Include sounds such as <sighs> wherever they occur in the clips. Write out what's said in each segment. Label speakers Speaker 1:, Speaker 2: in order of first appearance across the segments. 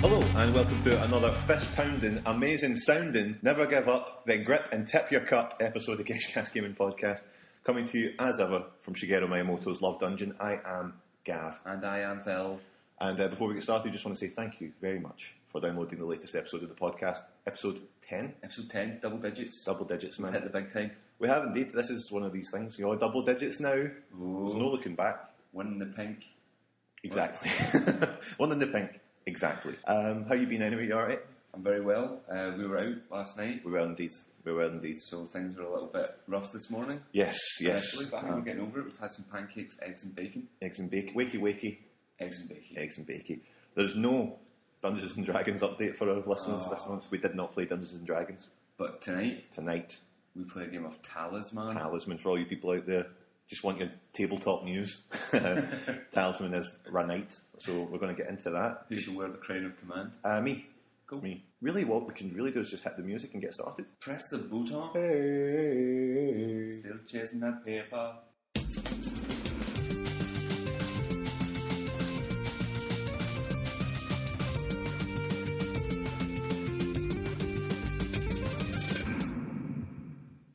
Speaker 1: and welcome to another fist pounding, amazing sounding, never give up, then grip and tip your cup episode of Gesh Cast Gaming Podcast. Coming to you as ever from Shigeru Miyamoto's Love Dungeon. I am Gav.
Speaker 2: And I am Phil.
Speaker 1: And uh, before we get started, just want to say thank you very much for downloading the latest episode of the podcast, episode 10.
Speaker 2: Episode 10, double digits.
Speaker 1: Double digits,
Speaker 2: Hit the
Speaker 1: man.
Speaker 2: big time.
Speaker 1: We have indeed. This is one of these things. You're double digits now. There's no looking back.
Speaker 2: Winning the pink.
Speaker 1: Exactly. <laughs> one in the pink. Exactly. Um, how you been anyway? You alright?
Speaker 2: I'm very well. Uh, we were out last night,
Speaker 1: We were indeed. We were indeed.
Speaker 2: so things were a little bit rough this morning.
Speaker 1: Yes, yes.
Speaker 2: Actually, but I think
Speaker 1: Um,
Speaker 2: we're getting over it. We've had some pancakes, eggs, and bacon.
Speaker 1: eggs and bacon. Wakey, wakey.
Speaker 2: Eggs and bacon.
Speaker 1: Eggs and bacon. There's no Dungeons and Dragons update for our listeners this month. We did not play Dungeons and Dragons
Speaker 2: But tonight,
Speaker 1: tonight.
Speaker 2: we play a game of Talisman.
Speaker 1: Talisman for all you people out there. Just want your tabletop news. <laughs> Talisman is Ranite, so we're going to get into that.
Speaker 2: Who shall wear the crown of command?
Speaker 1: Uh, me.
Speaker 2: Cool.
Speaker 1: Me. Really, what we can really do is just hit the music and get started.
Speaker 2: Press the button. Still chasing that paper.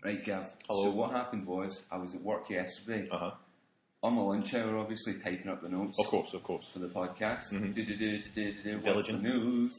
Speaker 2: Right, Gav.
Speaker 1: Hello.
Speaker 2: So what happened was I was at work yesterday
Speaker 1: Uh huh.
Speaker 2: on my lunch hour, obviously typing up the notes
Speaker 1: Of course, of course.
Speaker 2: for the podcast. Do do do do do do. do. What's the
Speaker 1: Diligent.
Speaker 2: news?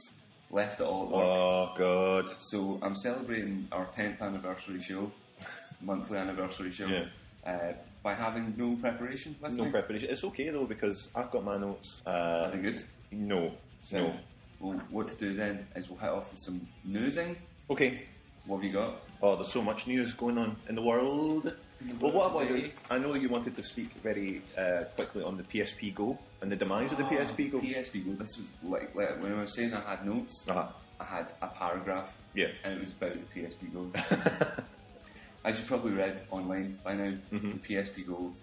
Speaker 2: Left it all at work.
Speaker 1: Oh God.
Speaker 2: So I'm celebrating our 10th anniversary show, <laughs> monthly anniversary show,
Speaker 1: Yeah.
Speaker 2: uh, by having no preparation with
Speaker 1: No
Speaker 2: me.
Speaker 1: preparation. It's okay though because I've got my notes. Uh,
Speaker 2: Are they good?
Speaker 1: no, no.
Speaker 2: Well, what to do then is we'll hit off with some newsing.
Speaker 1: Okay.
Speaker 2: What have you got?
Speaker 1: Oh, there's so much news going on in the world.
Speaker 2: In the
Speaker 1: Well,
Speaker 2: world
Speaker 1: what about
Speaker 2: today.
Speaker 1: you? I know that you wanted to speak very uh, quickly on the PSP Go and the demise
Speaker 2: Ah,
Speaker 1: of the PSP Go.
Speaker 2: PSP Go. This was like, like when I was saying I had notes,
Speaker 1: Uh-huh.
Speaker 2: I had a paragraph,
Speaker 1: Yeah.
Speaker 2: and it was about the PSP
Speaker 1: <laughs>
Speaker 2: Go. As you probably read online by now,
Speaker 1: Mm-hmm.
Speaker 2: the PSP Go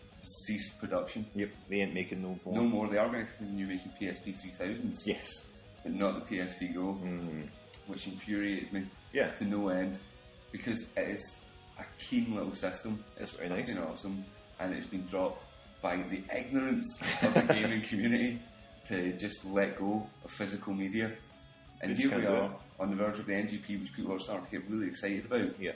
Speaker 2: ceased production.
Speaker 1: Yep, they ain't making no more.
Speaker 2: No more. They are going to continue making PSP 3000s.
Speaker 1: Yes.
Speaker 2: but not the PSP Go, which infuriated me
Speaker 1: Mm. Yeah.
Speaker 2: to no end because it is a keen little system. It's
Speaker 1: very nice.
Speaker 2: fucking awesome, and it's been dropped by the ignorance of the gaming community to just let go of physical media. And
Speaker 1: They just
Speaker 2: here we
Speaker 1: can't do
Speaker 2: are on the verge of the NGP, which people are starting to get really excited about.
Speaker 1: Yeah.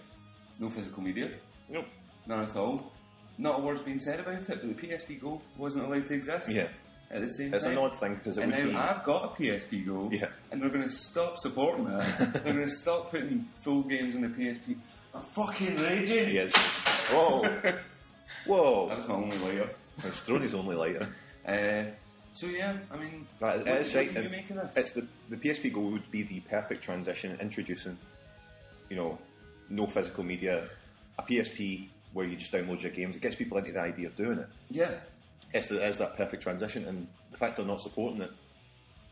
Speaker 2: No physical media,
Speaker 1: Nope.
Speaker 2: none at all. Not a word's being said about it, but the PSP Go wasn't allowed to exist.
Speaker 1: Yeah.
Speaker 2: At the same
Speaker 1: It's
Speaker 2: time,
Speaker 1: an odd thing because it
Speaker 2: and
Speaker 1: would
Speaker 2: now
Speaker 1: be.
Speaker 2: I've got a PSP Go,
Speaker 1: Yeah.
Speaker 2: and they're going to stop
Speaker 1: <laughs>
Speaker 2: supporting that. they're going to stop putting full games on the PSP. I'm fucking raging.
Speaker 1: Yes. Whoa.
Speaker 2: <laughs> That
Speaker 1: Whoa.
Speaker 2: was my only layer.
Speaker 1: His throne is only lighter.
Speaker 2: Uh, so yeah, I mean,
Speaker 1: That-
Speaker 2: what,
Speaker 1: it's
Speaker 2: what
Speaker 1: right,
Speaker 2: do you
Speaker 1: um,
Speaker 2: make of
Speaker 1: It's
Speaker 2: this?
Speaker 1: the the PSP Go would be the perfect transition, introducing, you know, no physical media, a PSP where you just download your games. It gets people into the idea of doing it.
Speaker 2: Yeah,
Speaker 1: It's the, it's that perfect transition, and the fact they're not supporting it,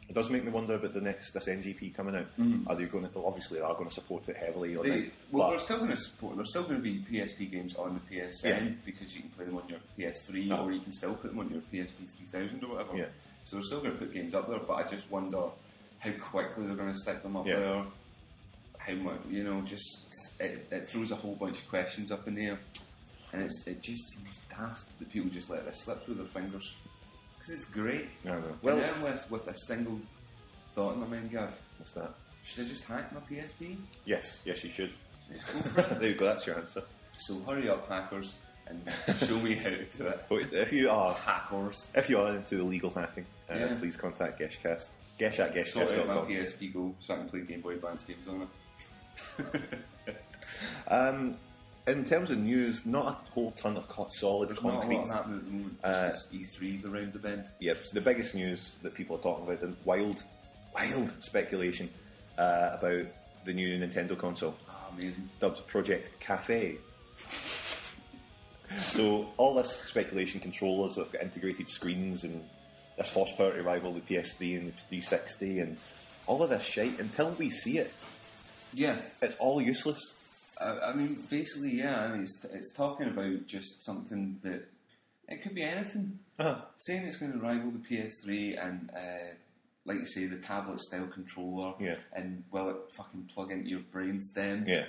Speaker 1: it does make me wonder about the next this NGP coming out. Are they going to? Obviously, they are going to support it heavily. Or
Speaker 2: Mm-hmm. they,
Speaker 1: not,
Speaker 2: well,
Speaker 1: but
Speaker 2: they're still going to support. There's still going to be PSP games on the PSN
Speaker 1: Yeah.
Speaker 2: because you can play them on your PS3,
Speaker 1: Uh-huh.
Speaker 2: or you can still put them on your PSP 3000 or whatever.
Speaker 1: Yeah.
Speaker 2: So they're still going to put games up there, but I just wonder how quickly they're going to stick them up
Speaker 1: Yeah.
Speaker 2: there. How much, you know, just it, it throws a whole bunch of questions up in the air, and it's it just seems daft that people just let this slip through their fingers because it's great.
Speaker 1: I don't know.
Speaker 2: Well,
Speaker 1: Well-
Speaker 2: and I'm left with a single thought in my mind, Gav.
Speaker 1: what's that?
Speaker 2: Should I just hack my PSP?
Speaker 1: Yes, yes, you
Speaker 2: <laughs>
Speaker 1: should. <laughs>
Speaker 2: Go for it.
Speaker 1: there you go. That's your answer.
Speaker 2: So hurry up, hackers, and <laughs> show me how to do it.
Speaker 1: But if you are
Speaker 2: Hackers.
Speaker 1: if you are into illegal hacking, uh,
Speaker 2: Yeah.
Speaker 1: please contact Geshcast. Gesh at
Speaker 2: Sort out my
Speaker 1: geshcast.com.
Speaker 2: PSP Go so I can play Game Boy Advance games on it.
Speaker 1: Um, in terms of news, not a whole ton of co- solid
Speaker 2: There's not a
Speaker 1: concrete.
Speaker 2: lot Uh, happening at the moment. It's just E3's around the bend.
Speaker 1: Yep. So the biggest news that people are talking about, the wild, wild speculation uh, about the new Nintendo console.
Speaker 2: Ah, amazing.
Speaker 1: dubbed Project Cafe. <laughs> so all this speculation controllers that have got integrated screens and this horse power to rival the PS3 and the 360 and all of this shite until we see it,
Speaker 2: Yeah,
Speaker 1: it's all useless.
Speaker 2: I, I mean, basically, yeah. I mean, it's, it's talking about just something that it could be anything. Saying it's going to rival the PS3 and, uh, like you say, the tablet-style controller.
Speaker 1: Yeah.
Speaker 2: And will it fucking plug into your brain stem?
Speaker 1: Yeah.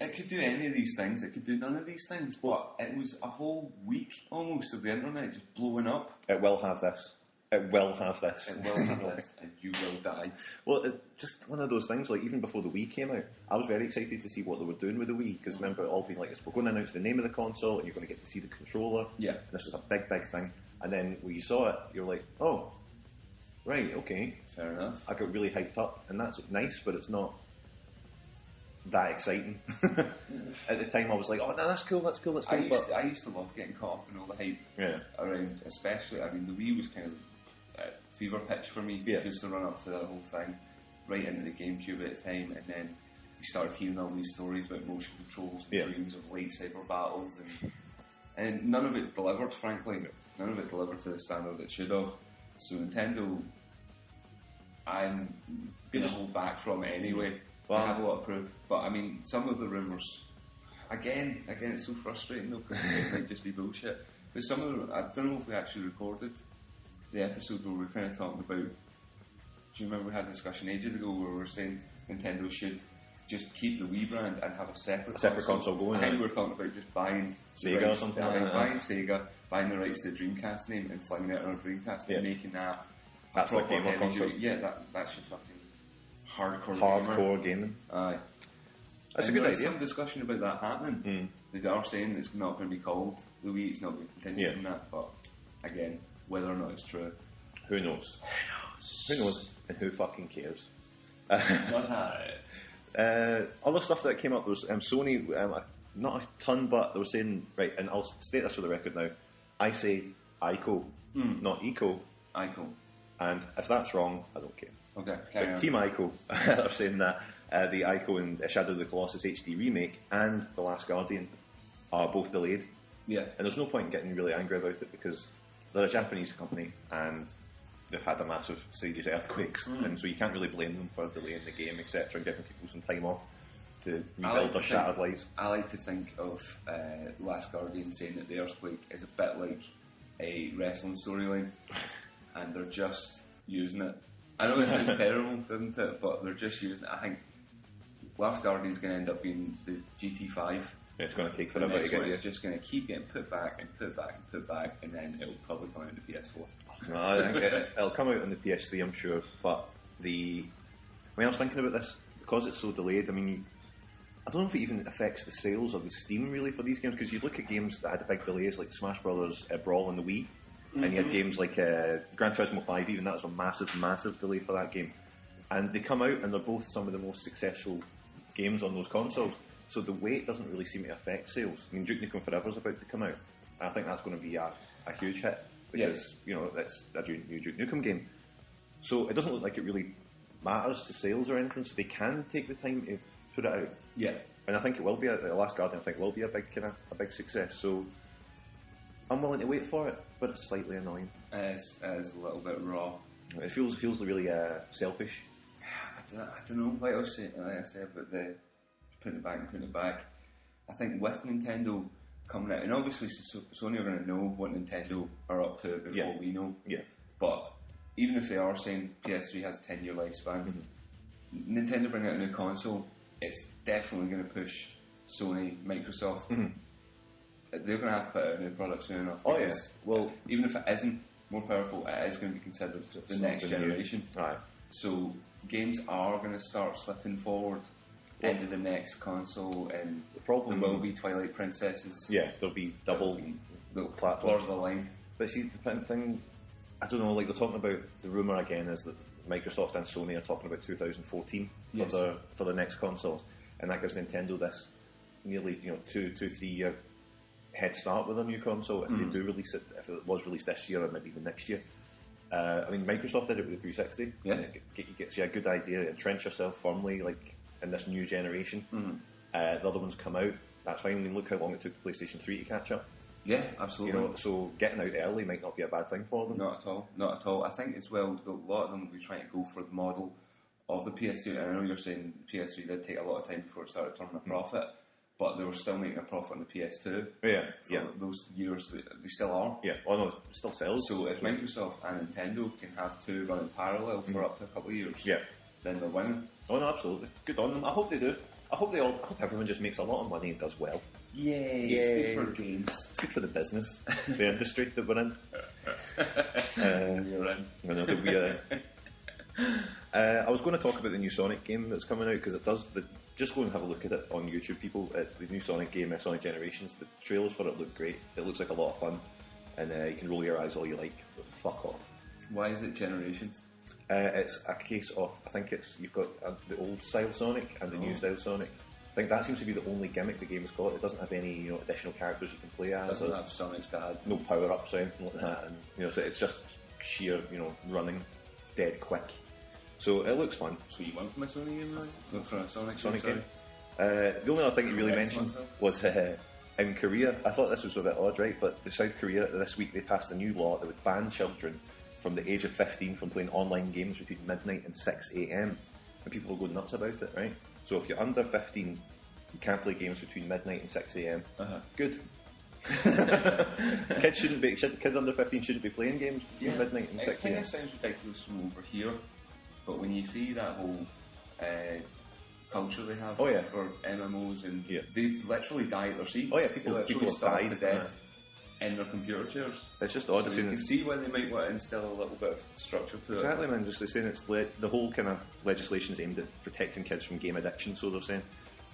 Speaker 2: It could do any of these things. It could do none of these things. But it was a whole week almost of the internet just blowing up.
Speaker 1: It will have this. it will have this.
Speaker 2: It will have this, and you will die.
Speaker 1: Well, it's just one of those things. Like even before the Wii came out, I was very excited to see what they were doing with the Wii because remember it all being like, this, "We're going to announce the name of the console, and you're going to get to see the controller."
Speaker 2: Yeah.
Speaker 1: and this was a big, big thing. And then when you saw it, you're like, "Oh, right, okay."
Speaker 2: Fair enough.
Speaker 1: I got really hyped up, and that's nice, but it's not that exciting. <laughs> At the time, I was like, "Oh, no, that's cool, that's cool, that's
Speaker 2: I
Speaker 1: cool."
Speaker 2: used,
Speaker 1: But
Speaker 2: to, I used to love getting caught up in all the hype
Speaker 1: Yeah.
Speaker 2: around, especially. I mean, the Wii was kind of uh, fever pitch for me,
Speaker 1: Yeah.
Speaker 2: just the run up to that whole thing, right into the GameCube at the time, and then you started hearing all these stories about motion controls and
Speaker 1: Yeah.
Speaker 2: dreams of lightsaber battles, and and none of it delivered. Frankly, none of it delivered to the standard it should have. So Nintendo, I'm
Speaker 1: They
Speaker 2: gonna
Speaker 1: just-
Speaker 2: hold back from it anyway.
Speaker 1: Well-
Speaker 2: I have a lot of proof, but I mean, some of the rumours Again, again, it's so frustrating though <laughs> 'cause it might just be bullshit. But some of the, I don't know if we actually recorded the episode where we were kind of talking about. Do you remember we had a discussion ages ago where we were saying Nintendo should just keep the Wii brand and have a separate
Speaker 1: A separate console going,
Speaker 2: I think
Speaker 1: yeah.
Speaker 2: we were talking about just buying the
Speaker 1: Sega or
Speaker 2: rights-
Speaker 1: something,
Speaker 2: having-
Speaker 1: yeah.
Speaker 2: buying Sega, buying the rights to the Dreamcast name and slinging it on a Dreamcast
Speaker 1: Yeah.
Speaker 2: and making that. a
Speaker 1: That's like
Speaker 2: proper
Speaker 1: gamer
Speaker 2: heavy
Speaker 1: console.
Speaker 2: duty- Yeah, that, that's your fucking hardcore. gamer.
Speaker 1: hardcore gaming.
Speaker 2: Aye.
Speaker 1: That's a
Speaker 2: And
Speaker 1: good
Speaker 2: there is
Speaker 1: idea. Hmm.
Speaker 2: Some discussion about that happening. They are saying it's not going to be called the Wii. It's not going to continue
Speaker 1: Yeah.
Speaker 2: from that. But again, whether or not it's true,
Speaker 1: Who knows? Who knows? And who fucking cares?
Speaker 2: not that.
Speaker 1: Uh, other stuff that came up was um, Sony, um, uh, not a ton, but they were saying, right, and I'll state this for the record now I say ICO, not ECO,
Speaker 2: Icon.
Speaker 1: and if that's wrong, I don't care.
Speaker 2: Okay. Carry
Speaker 1: But
Speaker 2: on.
Speaker 1: Team ICO <laughs> are saying that uh, the ICO and Shadow of the Colossus HD remake and The Last Guardian are both delayed,
Speaker 2: yeah.
Speaker 1: and there's no point in getting really angry about it because they're a Japanese company and they've had a massive series of earthquakes,
Speaker 2: Mm.
Speaker 1: and so you can't really blame them for delaying the game, etc., and giving people some time off to
Speaker 2: I
Speaker 1: rebuild
Speaker 2: like
Speaker 1: their
Speaker 2: to
Speaker 1: shattered
Speaker 2: think-
Speaker 1: lives.
Speaker 2: I like to think of uh, Last Guardian saying that the earthquake is a bit like a wrestling
Speaker 1: <laughs>
Speaker 2: storyline, and they're just using it. I know it
Speaker 1: <laughs>
Speaker 2: sounds terrible, doesn't it? But they're just using it. I think Last Guardian's going to end up being the GT5.
Speaker 1: It's going to take
Speaker 2: The
Speaker 1: forever to
Speaker 2: next
Speaker 1: get
Speaker 2: one
Speaker 1: you.
Speaker 2: is just going to keep getting put back and put back and put back, and then it'll probably come out on the PS4.
Speaker 1: No, I think it, it'll come out on the PS3, I'm sure. But the when I was thinking about this, because it's so delayed, I mean, I don't know if it even affects the sales or the steam really for these games. Because you look at games that had big delays, like Smash Brothers uh, Brawl on the Wii, and you had games like uh, Gran Turismo Five. Even that was a massive, massive delay for that game. And they come out, and they're both some of the most successful games on those consoles. So the wait doesn't really seem to affect sales. I mean, Duke Nukem Forever is about to come out, and I think that's going to be a, a huge hit because you know that's a new new Duke Nukem game. So it doesn't look like it really matters to sales or anything. So they can take the time to put it out,
Speaker 2: Yeah,
Speaker 1: and I think it will be a, the Last Guardian. I think will be a big kind of a big success. So I'm willing to wait for it, but it's slightly annoying.
Speaker 2: as as a little bit raw.
Speaker 1: It feels it feels really uh, selfish.
Speaker 2: I don't, I don't know. Like I was saying, like I said about the putting it back and putting it back. I think with Nintendo coming out, and obviously so- Sony are going to know what Nintendo are up to before
Speaker 1: Yeah.
Speaker 2: we know.
Speaker 1: Yeah,
Speaker 2: But even if they are saying PS3 has a 10 year lifespan,
Speaker 1: Mm-hmm.
Speaker 2: Nintendo bring out a new console, it's definitely going to push Sony, Microsoft. They're going to have to put out a new product soon enough.
Speaker 1: Mm-hmm. Oh, yeah.
Speaker 2: because
Speaker 1: Well-
Speaker 2: even if it isn't more powerful, it is going to be considered the next
Speaker 1: Something new.
Speaker 2: generation.
Speaker 1: Aye.
Speaker 2: So games are going to start slipping forward into the next console, and
Speaker 1: The problem-
Speaker 2: there will be Twilight Princesses.
Speaker 1: Yeah, there'll be double.
Speaker 2: Little
Speaker 1: Platform.
Speaker 2: platforms of the line.
Speaker 1: But see, the thing- thing, I don't know, like they're talking about, the rumour again is that Microsoft and Sony are talking about 2014
Speaker 2: Yes.
Speaker 1: for, their, for their next consoles. And that gives Nintendo this nearly, you know, two, two, three year head start with a new console if
Speaker 2: Hmm.
Speaker 1: they do release it, if it was released this year or maybe even next year. Uh, I mean, Microsoft did it with the 360.
Speaker 2: Yeah.
Speaker 1: And it g- g- gets you a good idea, entrench yourself firmly, like, in this new generation.
Speaker 2: Hmm.
Speaker 1: Uh, the other ones come out, that's fine. I mean, look how long it took the PlayStation 3 to catch up.
Speaker 2: Yeah, absolutely.
Speaker 1: You know, so getting out early might not be a bad thing for them.
Speaker 2: Not at all. Not at all. I think as well, the- a lot of them will be trying to go for the model of the PS3. And I know you're saying PS3 did take a lot of time before it started turning
Speaker 1: Hmm.
Speaker 2: a profit, but they were still making a profit on the PS2.
Speaker 1: Yeah,
Speaker 2: For
Speaker 1: yeah,
Speaker 2: Those years, that- they still are.
Speaker 1: yeah. Oh no, it still sells.
Speaker 2: So uh, if Microsoft and Nintendo can have two running parallel for up to a couple of years,
Speaker 1: Hmm. Yeah.
Speaker 2: then they're winning.
Speaker 1: oh no, absolutely. Good on them. I hope they do. I hope they all. I hope everyone just makes a lot of money and does well.
Speaker 2: Yay!
Speaker 1: Yay.
Speaker 2: It's good for games.
Speaker 1: It's good for the business, the industry that we're in.
Speaker 2: You're in.
Speaker 1: Another weird. uh, I was going to talk about the new Sonic game that's coming out because it does. The, just go and have a look at it on YouTube, people. At the new Sonic game, uh, Sonic Generations. The trailers for it look great. It looks like a lot of fun, and uh, you can roll your eyes all you like. But fuck off.
Speaker 2: Why is it Generations?
Speaker 1: Uh, it's a case of I think it's you've got uh, the old style Sonic and the
Speaker 2: Oh.
Speaker 1: new style Sonic. I think that seems to be the only gimmick the game has got. It doesn't have any you know additional characters you can play as.
Speaker 2: Doesn't
Speaker 1: or-
Speaker 2: have Sonic's dad.
Speaker 1: no power ups or anything like that, and you know, so it's just sheer, you know, running dead quick. So it looks fun.
Speaker 2: That's what you want from a Sonic game, really? Not for a Sonic,
Speaker 1: Sonic
Speaker 2: game.
Speaker 1: game. Uh, the only other thing you really
Speaker 2: Correct
Speaker 1: mentioned
Speaker 2: myself.
Speaker 1: was uh, in Korea. I thought this was a bit odd, right? But the South Korea this week they passed a new law that would ban children from the age of 15 from playing online games between midnight and 6 a.m. And people will go nuts about it, right? So if you're under 15, you can't play games between midnight and 6 a.m.
Speaker 2: Uh-huh.
Speaker 1: Good. kids shouldn't be should, kids under 15 shouldn't be playing games between midnight and
Speaker 2: It
Speaker 1: 6
Speaker 2: kind
Speaker 1: a.m.
Speaker 2: of sounds ridiculous from over here, but when you see that whole uh, culture they have
Speaker 1: Oh, yeah.
Speaker 2: for MMOs and
Speaker 1: Yeah.
Speaker 2: they literally die at their seats.
Speaker 1: Oh, yeah, people-
Speaker 2: they literally
Speaker 1: people have
Speaker 2: starve
Speaker 1: died,
Speaker 2: to death in their computer chairs.
Speaker 1: It's just odd.
Speaker 2: So
Speaker 1: it's
Speaker 2: you
Speaker 1: in-
Speaker 2: can see why they might want to instill a little bit of structure to it.
Speaker 1: Exactly, man. Just they're saying it's le- the whole kind of legislation is aimed at protecting kids from game addiction. So they're saying,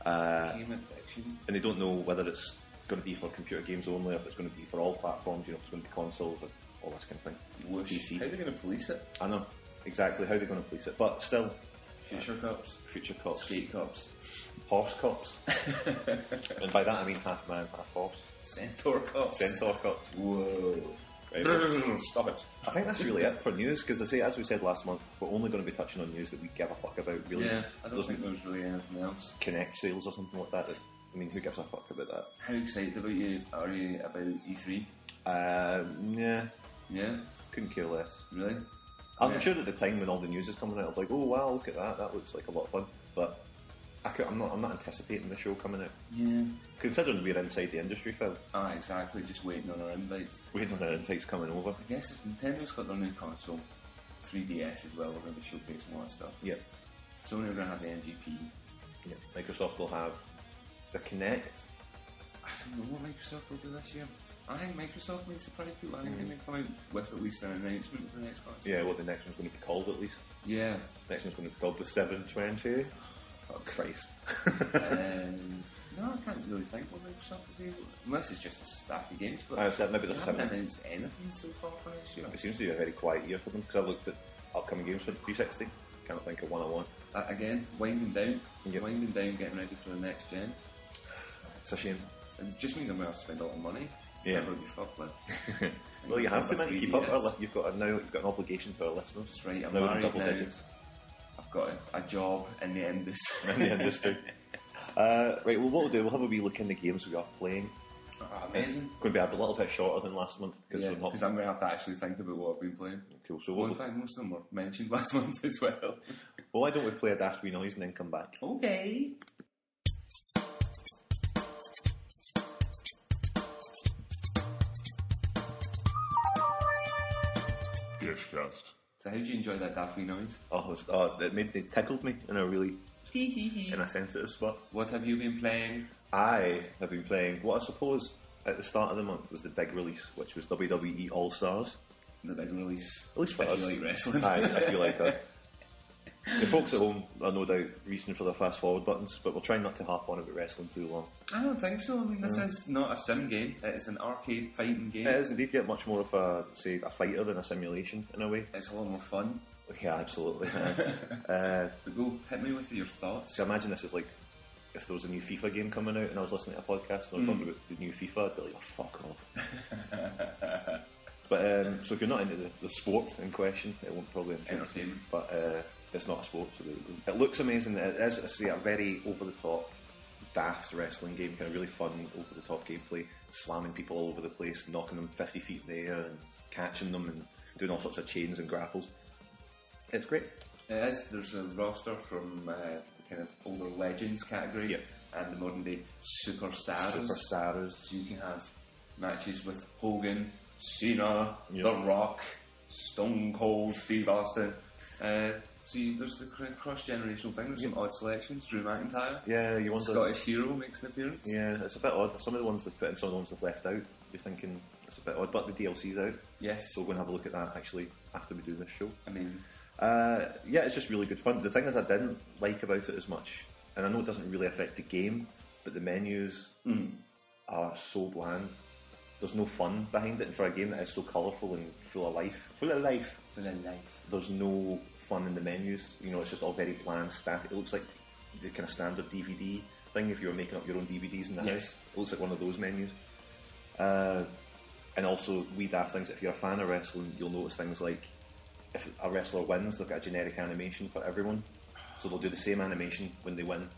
Speaker 1: uh,
Speaker 2: Game addiction.
Speaker 1: and they don't know whether it's going to be for computer games only, or if it's going to be for all platforms. You know, if it's going to be consoles or all this kind of thing.
Speaker 2: Whoosh.
Speaker 1: PC.
Speaker 2: How are they going to police it?
Speaker 1: I know exactly how they're going to police it, but still,
Speaker 2: Future cops,
Speaker 1: future cops,
Speaker 2: skate cops,
Speaker 1: horse
Speaker 2: <laughs>
Speaker 1: cops, and by that I mean half man, half horse,
Speaker 2: centaur cops.
Speaker 1: centaur cops.
Speaker 2: Whoa.
Speaker 1: Right,
Speaker 2: Mm, Stop it.
Speaker 1: I think that's really it for news because I say, as we said last month, we're only going to be touching on news that we give a fuck about. Really,
Speaker 2: Yeah, I don't
Speaker 1: There's
Speaker 2: think there's really anything else.
Speaker 1: Connect sales or something like that. that- I mean, who gives a fuck about that?
Speaker 2: How excited about you are you about E E3?
Speaker 1: Uh, yeah,
Speaker 2: Yeah,
Speaker 1: couldn't care less.
Speaker 2: really?
Speaker 1: I'm
Speaker 2: Yeah.
Speaker 1: sure at the time when all the news is coming out, I'm like, oh wow, look at that, that looks like a lot of fun. But I could, I'm not, I'm not anticipating the show coming out.
Speaker 2: Yeah.
Speaker 1: Considering we're inside the industry, Phil,
Speaker 2: Ah, exactly. Just waiting on our invites.
Speaker 1: waiting on our invites coming over.
Speaker 2: I guess if Nintendo's got their new console, 3DS as well, we're going to be showcasing a lot of stuff.
Speaker 1: Yeah,
Speaker 2: Sony are going to have the NGP.
Speaker 1: yeah. Microsoft will have the Connect.
Speaker 2: I don't know what Microsoft will do this year. I think Microsoft may surprise people. I think they may come out with at least an announcement for the next console.
Speaker 1: Hmm. Yeah, what the next one's going to be called at least.
Speaker 2: Yeah.
Speaker 1: Next one's going to be called the 720.
Speaker 2: Fuck.
Speaker 1: Christ. <laughs>
Speaker 2: um, no, I can't really think what Microsoft will do. Unless it's just a stack of games, but
Speaker 1: I said maybe
Speaker 2: they
Speaker 1: there's
Speaker 2: haven't
Speaker 1: seven.
Speaker 2: announced anything so far for next year.
Speaker 1: It seems to be a very quiet year for them because I looked at upcoming games for 360. Can't think of one I want.
Speaker 2: Uh, again, winding down,
Speaker 1: Yep.
Speaker 2: winding down, getting ready for the next gen.
Speaker 1: It's a shame.
Speaker 2: It just means I'm going to have to spend a lot of money.
Speaker 1: Yeah.
Speaker 2: That would be fucked with.
Speaker 1: <laughs> well, you have to
Speaker 2: Number
Speaker 1: man, to
Speaker 2: three
Speaker 1: keep up.
Speaker 2: is-
Speaker 1: Our li- you've got a, now you've got an obligation to our listeners.
Speaker 2: That's right, I'm
Speaker 1: now we're in
Speaker 2: married
Speaker 1: double
Speaker 2: now. <laughs>
Speaker 1: digits
Speaker 2: I've got a, a job in the industry.
Speaker 1: <laughs> in the industry. Uh, right, well, what we'll do, we'll have a wee look in the games we are playing.
Speaker 2: Ah, <laughs> amazing.
Speaker 1: Going to be a little bit shorter than last month because
Speaker 2: Yeah,
Speaker 1: we're not
Speaker 2: because I'm going to have to actually think about what I've been playing.
Speaker 1: cool. So,
Speaker 2: Well, in
Speaker 1: we'll,
Speaker 2: fact, most of them were mentioned <laughs> last month as
Speaker 1: <laughs>
Speaker 2: well.
Speaker 1: well, why don't we play a daft wee noise and then come back?
Speaker 2: Okay.
Speaker 3: Geshcast.
Speaker 2: So, how do you enjoy that Daffy noise?
Speaker 1: Oh, it, was, oh, it made it tickled me in a really in a sensitive spot.
Speaker 2: What have you been playing?
Speaker 1: I have been playing what I suppose at the start of the month was the big release, which was WWE All Stars.
Speaker 2: The big release.
Speaker 1: At least for
Speaker 2: if
Speaker 1: us.
Speaker 2: you like wrestling.
Speaker 1: Aye, I feel like us. The folks at home are no doubt reaching for their fast forward buttons, but we'll try not to harp on about wrestling too long.
Speaker 2: <laughs> I don't think so. I mean, this is not a sim game. It is an arcade fighting game.
Speaker 1: It is indeed yet much more of a, say, a fighter than a simulation in a
Speaker 2: <laughs>
Speaker 1: way.
Speaker 2: It's a lot more fun.
Speaker 1: Yeah, absolutely.
Speaker 2: But go hit me with your
Speaker 1: <laughs>
Speaker 2: thoughts.
Speaker 1: so imagine this is like if there was a new FIFA game coming out and I was listening to a podcast and they were
Speaker 2: Hmm.
Speaker 1: talking about the new FIFA, I'd be like, oh, fuck off. <laughs> but um, so if you're not into the, the sport in question, it won't probably interest you.
Speaker 2: Entertainment.
Speaker 1: but uh, it's not a sport. So it- it looks amazing. It is, I say, a very over the top, daft wrestling game, kind of really fun, over the top gameplay, slamming people all over the place, knocking them 50 feet in the air, and catching them, and doing all sorts of chains and grapples. It's great.
Speaker 2: It is. There's a roster from uh, the kind of older legends category
Speaker 1: Yep.
Speaker 2: and the modern day superstars.
Speaker 1: Superstars.
Speaker 2: So you can have matches with Hogan, Cena,
Speaker 1: Yep.
Speaker 2: The Rock, Stone Cold, Steve Austin. Uh, so you, there's the cross generational thing. There's some odd selections. Drew McIntyre,
Speaker 1: Yeah, you wonder.
Speaker 2: Scottish hero makes an appearance.
Speaker 1: Yeah, it's a bit odd. Some of the ones they've put in, some of the ones they've left out. You're thinking, It's a bit odd, but the DLC's out,
Speaker 2: Yes.
Speaker 1: so we're going to have a look at that actually after we do this show.
Speaker 2: Amazing.
Speaker 1: Uh, yeah, it's just really good fun. The thing is, I didn't like about it as much, and I know it doesn't really affect the game, but the menus are so bland. There's no fun behind it, and for a game that is so colourful and full of life, full of life,
Speaker 2: Full of life.
Speaker 1: there's no fun in the menus. You know, it's just all very bland static. It looks like the kind of standard DVD thing if you were making up your own DVDs in the
Speaker 2: Yes.
Speaker 1: house. It looks like one of those menus. Uh, and also, we daft things. If you're a fan of wrestling, you'll notice things like if a wrestler wins, they've got a generic animation for everyone. So they'll do the same animation when they win.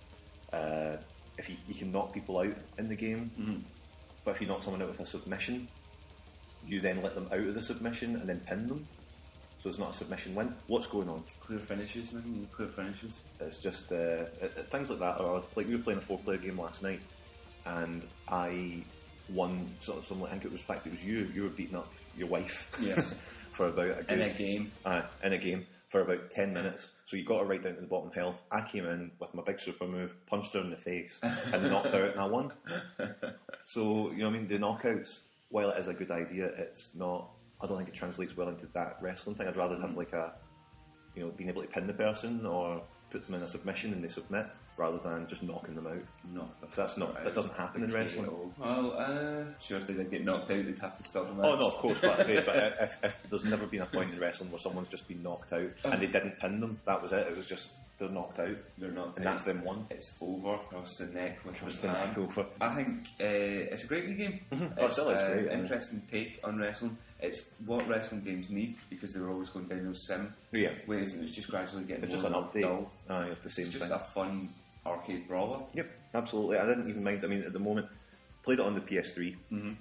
Speaker 1: Uh, if you, you can knock people out in the game, but if you knock someone out with a submission, you then let them out of the submission and then pin them. So it's not a submission win. What's going on?
Speaker 2: Clear finishes, man. You need clear finishes.
Speaker 1: It's just uh, uh, things like that are odd. Like we were playing a four-player game last night, and I won. Sort of, some, I think it was in fact it was you. You were beating up your wife.
Speaker 2: Yes.
Speaker 1: <laughs> for about a good,
Speaker 2: In a game.
Speaker 1: Uh, in a game for about ten minutes. So you got her right down to the bottom health. I came in with my big super move, punched her in the face, and knocked her out, and I won. So you know, what I mean, the knockouts. While it is a good idea, it's not. I don't think it translates well into that wrestling thing. I'd rather have like a you know, being able to pin the person or put them in a submission and they submit rather than just knocking them out.
Speaker 2: Knock the
Speaker 1: That's not-
Speaker 2: fuck
Speaker 1: that
Speaker 2: out.
Speaker 1: doesn't happen in
Speaker 2: Okay,
Speaker 1: wrestling.
Speaker 2: well, Well, uh, sure, if they did get knocked out, they'd have to stop the match.
Speaker 1: Oh no, of course, but I say, but if, if there's never been a point in wrestling where someone's just been knocked out and they didn't pin them, that was it. It was just they're knocked out.
Speaker 2: They're knocked
Speaker 1: and
Speaker 2: out.
Speaker 1: that's them one.
Speaker 2: It's over across the neck with
Speaker 1: Across
Speaker 2: the
Speaker 1: the
Speaker 2: palm.
Speaker 1: neck, over.
Speaker 2: I think uh, it's a great wee game.
Speaker 1: <laughs> Oh, still, it's
Speaker 2: uh,
Speaker 1: great, yeah.
Speaker 2: Interesting take on wrestling. It's what wrestling games need because they were always going down those sim
Speaker 1: Yeah.
Speaker 2: ways, and it's just gradually getting
Speaker 1: It's
Speaker 2: more
Speaker 1: just an
Speaker 2: and more
Speaker 1: update.
Speaker 2: dull.
Speaker 1: Aye, of the same
Speaker 2: It's just
Speaker 1: thing.
Speaker 2: a fun arcade brawler.
Speaker 1: Yep, absolutely. I didn't even mind. I mean, at the moment, played it on the PS3. Mm-hmm.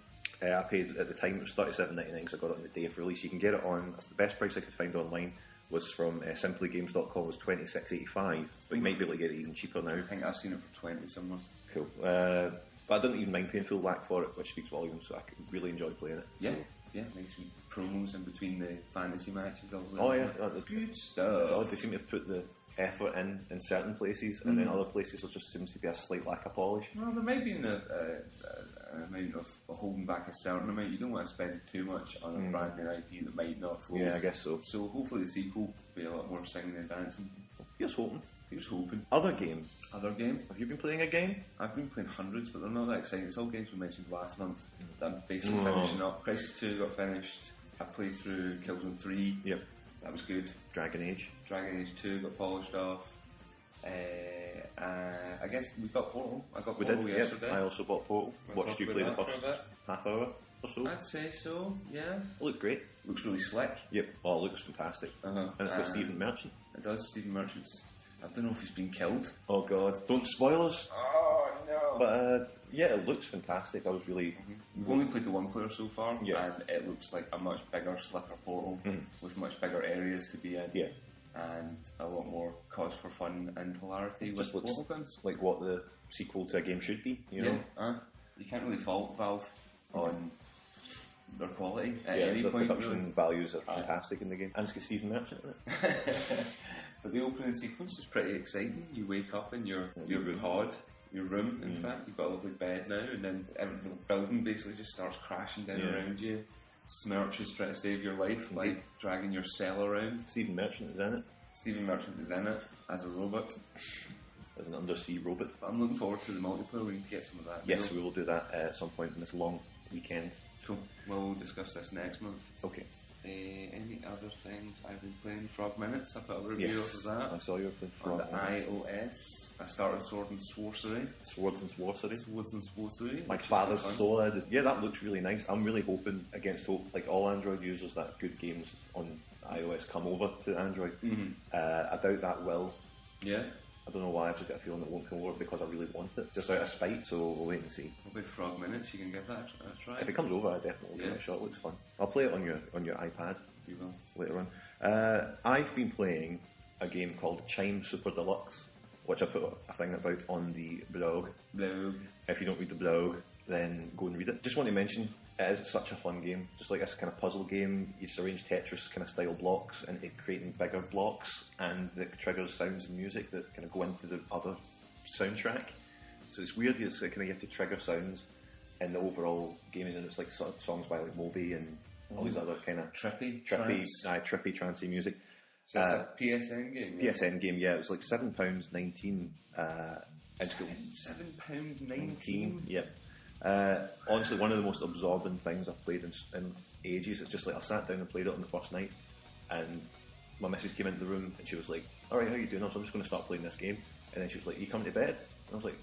Speaker 1: Uh, I paid at the time it was thirty seven ninety nine because I got it on the day of release. You can get it on the best price I could find online was from uh, simplygames.com was twenty six eighty five, but you might be able to get it even cheaper now.
Speaker 2: I think I've seen it for twenty somewhere.
Speaker 1: Cool. Uh, but I didn't even mind paying full whack for it, which speaks volumes. So I could really enjoy playing it.
Speaker 2: Yeah, yeah. Nice wee promos in between the fantasy matches. All the
Speaker 1: Oh yeah,
Speaker 2: good
Speaker 1: It's
Speaker 2: stuff.
Speaker 1: odd. They seem to put the effort in in certain places, and
Speaker 2: Mm-hmm.
Speaker 1: then other places there just seems to be a slight lack of polish.
Speaker 2: Well, there might be an, uh, uh, an amount of holding back a certain amount. You don't want to spend too much on a brand new IP that might not flow.
Speaker 1: Mm. Yeah, I guess so.
Speaker 2: So hopefully the sequel will be a lot more singing and dancing.
Speaker 1: Here's hoping.
Speaker 2: Here's hoping.
Speaker 1: Other game.
Speaker 2: Other game.
Speaker 1: Have you been playing a game?
Speaker 2: I've been playing hundreds, but they're not that exciting. It's all games we mentioned last month
Speaker 1: Mm.
Speaker 2: that I'm basically finishing up. Crisis 2 got finished. I played through Killzone 3.
Speaker 1: Yep.
Speaker 2: That was good.
Speaker 1: Dragon Age.
Speaker 2: Dragon Age 2 got polished off. Uh, uh, I guess we got Portal. Oh, I got
Speaker 1: We
Speaker 2: Portal
Speaker 1: did, yeah.
Speaker 2: yesterday.
Speaker 1: I also bought Portal.
Speaker 2: We'll
Speaker 1: Watched
Speaker 2: talk
Speaker 1: you
Speaker 2: about
Speaker 1: play the
Speaker 2: that for a
Speaker 1: first
Speaker 2: bit.
Speaker 1: half hour or so. It
Speaker 2: I'd say so, yeah.
Speaker 1: looked great.
Speaker 2: Looks really slick.
Speaker 1: Yep. Oh, it looks fantastic.
Speaker 2: Uh-huh.
Speaker 1: And it's got
Speaker 2: Uh,
Speaker 1: Stephen Merchant.
Speaker 2: It does, Stephen Merchant's. I don't know if he's been killed.
Speaker 1: Oh God! Don't spoil us.
Speaker 2: Oh, no.
Speaker 1: But uh, yeah, it looks fantastic. I was really.
Speaker 2: We've only played the one player so far,
Speaker 1: Yeah. Mm-hmm.
Speaker 2: and it looks like a much bigger, slicker portal with much bigger areas to be in,
Speaker 1: Yeah.
Speaker 2: and a lot more cause for fun and hilarity
Speaker 1: It just
Speaker 2: with
Speaker 1: looks
Speaker 2: portal guns.
Speaker 1: like what the sequel to a game should be. You know. Oh.
Speaker 2: Yeah, uh, you can't really fault Valve on their quality at
Speaker 1: Yeah,
Speaker 2: any
Speaker 1: the
Speaker 2: point,
Speaker 1: production
Speaker 2: really.
Speaker 1: values are fantastic in the game. And it's got Stephen Merchant in it.
Speaker 2: But the opening sequence is pretty exciting. You wake up in your your pod, your room. In
Speaker 1: Mm.
Speaker 2: fact, you've got a lovely bed now, and then every, the building basically just starts crashing down
Speaker 1: Yeah.
Speaker 2: around you. Smirch is trying to save your life, like dragging your cell around.
Speaker 1: Stephen Merchant is in it
Speaker 2: Stephen Merchant is in it as a robot.
Speaker 1: as an undersea robot.
Speaker 2: But I'm looking forward to the multiplayer. We need to get some of that.
Speaker 1: Yes,
Speaker 2: you
Speaker 1: we will do that uh, at some point in this long weekend.
Speaker 2: know. cool. Well, we'll discuss this next month.
Speaker 1: Okay.
Speaker 2: Uh, any other things I've been playing? Frog Minutes. I put a review
Speaker 1: Yes.
Speaker 2: of that
Speaker 1: I saw you were playing
Speaker 2: on
Speaker 1: Frog
Speaker 2: the
Speaker 1: Minutes.
Speaker 2: iOS. I started Sword and Sorcery.
Speaker 1: Swords and Sorcery.
Speaker 2: Swords and Sorcery.
Speaker 1: My
Speaker 2: which is
Speaker 1: father's
Speaker 2: quite fun.
Speaker 1: solid. Yeah, that looks really nice. I'm really hoping against hope, like all Android users, that good games on iOS come over to Android.
Speaker 2: Mm-hmm.
Speaker 1: Uh, I doubt that will.
Speaker 2: Yeah,
Speaker 1: I don't know why. I've just got a feeling it won't come over because I really want it, just out of spite. So we'll wait and see.
Speaker 2: probably Frog Minutes. You can give that a try.
Speaker 1: If it comes over, I definitely will give it
Speaker 2: Yeah.
Speaker 1: a shot. It looks fun. I'll play it on your on your iPad
Speaker 2: you will.
Speaker 1: later on. Uh, I've been playing a game called Chime Super Deluxe, which I put a thing about on the blog.
Speaker 2: Blog.
Speaker 1: If you don't read the blog, then go and read it. Just want to mention, it is such a fun game. Just like this kind of puzzle game, you just arrange Tetris kind of style blocks into creating bigger blocks, and that triggers sounds and music that kind of go into the other soundtrack. So it's weird. It's like kind of you have to trigger sounds in the overall gaming, and it's like so- songs by like Moby and all these other kind of
Speaker 2: Trippy,
Speaker 1: trippy,
Speaker 2: trance.
Speaker 1: aye, trippy, trancey music.
Speaker 2: So it's
Speaker 1: Uh,
Speaker 2: a PSN game. Yeah?
Speaker 1: PSN game, yeah, it was like seven pounds nineteen. Uh, it's got
Speaker 2: Seven pound
Speaker 1: nineteen.
Speaker 2: nineteen.
Speaker 1: Yep. Uh, honestly, one of the most absorbing things I've played in, s- in ages. It's just like I sat down and played it on the first night, and my missus came into the room and she was like, "All right, how you doing?" I was like, "I'm just going to start playing this game," and then she was like, "You coming to bed?" And I was like.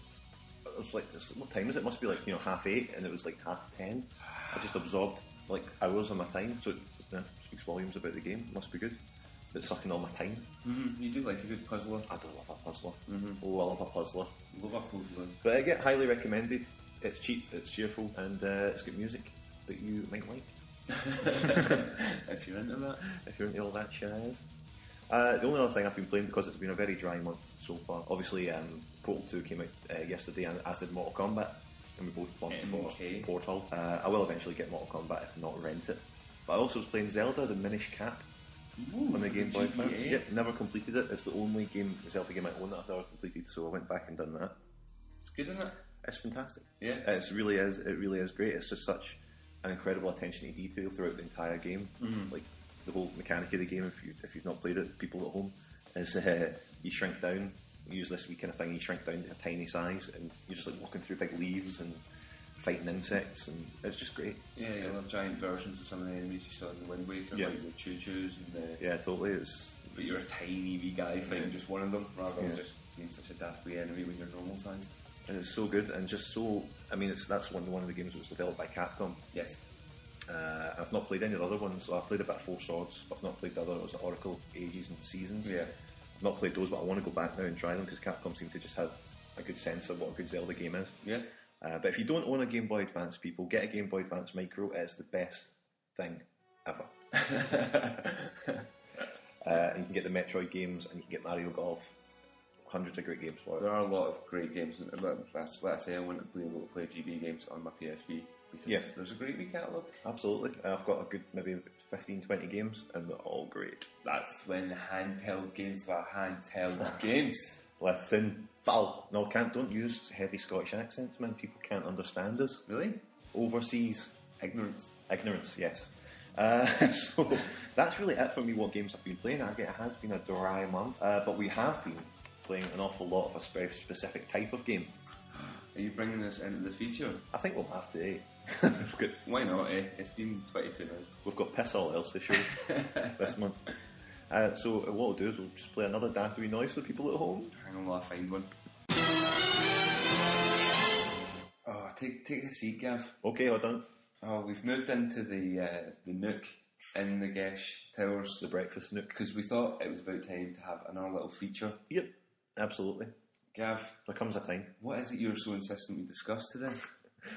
Speaker 1: I was like, "It's- what time is it? It must be like you know half eight, and it was like half ten. I just absorbed like hours of my time, so it yeah, speaks volumes about the game. must be good. It's sucking all my time.
Speaker 2: Mm-hmm. You do like a good puzzler.
Speaker 1: I don't love a puzzler. Oh, I love a puzzler.
Speaker 2: Love a puzzler.
Speaker 1: But I get highly recommended. It's cheap, it's cheerful, and uh, it's good music that you might like
Speaker 2: if you're into that.
Speaker 1: if you're into all that jazz. Uh, the only other thing I've been playing because it's been a very dry month so far. Obviously, um, Portal Two came out uh, yesterday, and as did Mortal Kombat, and we both bumped
Speaker 2: MK.
Speaker 1: for Portal. Uh, I will eventually get Mortal Kombat if not rent it. But I also was playing Zelda: The Minish Cap
Speaker 2: Ooh,
Speaker 1: on the
Speaker 2: for
Speaker 1: Game Boy
Speaker 2: GBA.
Speaker 1: Advance. Yep, never completed it. It's the only game Zelda game I own that I've never completed, so I went back and done that.
Speaker 2: It's good, isn't it?
Speaker 1: It's fantastic.
Speaker 2: Yeah.
Speaker 1: it's really is. It really is great. It's just such an incredible attention to detail throughout the entire game. Like the whole mechanic of the game. If you if you've not played it, people at home, is uh, you shrink down. You use this wee kind of thing. You shrink down to a tiny size, and you're just like walking through big leaves and fighting insects, and it's just great.
Speaker 2: Yeah, you'll have giant versions of some of the enemies you saw in the Wind Waker,
Speaker 1: Yeah.
Speaker 2: like the Choo Choos and the.
Speaker 1: Yeah, totally. It's
Speaker 2: But you're a tiny wee guy fighting just one of them, rather than
Speaker 1: Yeah.
Speaker 2: just being such a daft wee enemy when you're normal sized.
Speaker 1: and it's so good and just so. I mean, it's that's one one of the games that was developed by Capcom.
Speaker 2: Yes.
Speaker 1: Uh, I've not played any of the other ones. So I played a bit of Four Swords, but I've not played the other. It was Oracle of Ages and Seasons.
Speaker 2: Yeah.
Speaker 1: I've not played those, but I want to go back now and try them because Capcom seem to just have a good sense of what a good Zelda game is.
Speaker 2: Yeah.
Speaker 1: Uh, but if you don't own a Game Boy Advance, people get a Game Boy Advance Micro. It's the best thing
Speaker 2: <laughs>
Speaker 1: ever. uh, and you can get the Metroid games, and you can get Mario Golf. Hundreds of great games for it.
Speaker 2: There are a lot of great games, and but that's, like I say, I want to be able to play GB games on my PSP because
Speaker 1: Yeah.
Speaker 2: there's a great wee catalogue.
Speaker 1: Absolutely. I've got a good maybe 15, 20 games, and they're all great.
Speaker 2: That's when the handheld games were handheld games.
Speaker 1: Listen, pal. No, can't. Don't use heavy Scottish accents, man. People can't understand us.
Speaker 2: Really?
Speaker 1: Overseas
Speaker 2: Ignorance.
Speaker 1: ignorance, yes. Uh, <laughs> so that's really it for me. What games I've been playing? I get it has been a dry month, uh, but we have been playing an awful lot of a very specific type of game.
Speaker 2: Are you bringing this into the feature?
Speaker 1: I think we'll have to. Eh? <laughs> we've, got,
Speaker 2: Why not, eh? It's been 22 minutes.
Speaker 1: we've got piss all else to show this month. Uh, so what we'll do is we'll just play another daft wee noise for people at home.
Speaker 2: Hang on while I find one. Oh, take take a seat, Gav.
Speaker 1: Okay, all done.
Speaker 2: Oh, we've moved into the uh, the nook in the Gesh Towers
Speaker 1: The breakfast nook.
Speaker 2: because we thought it was about time to have another little feature.
Speaker 1: Yep, absolutely.
Speaker 2: Gav,
Speaker 1: There comes a time.
Speaker 2: what is it you're so insistent we discuss today?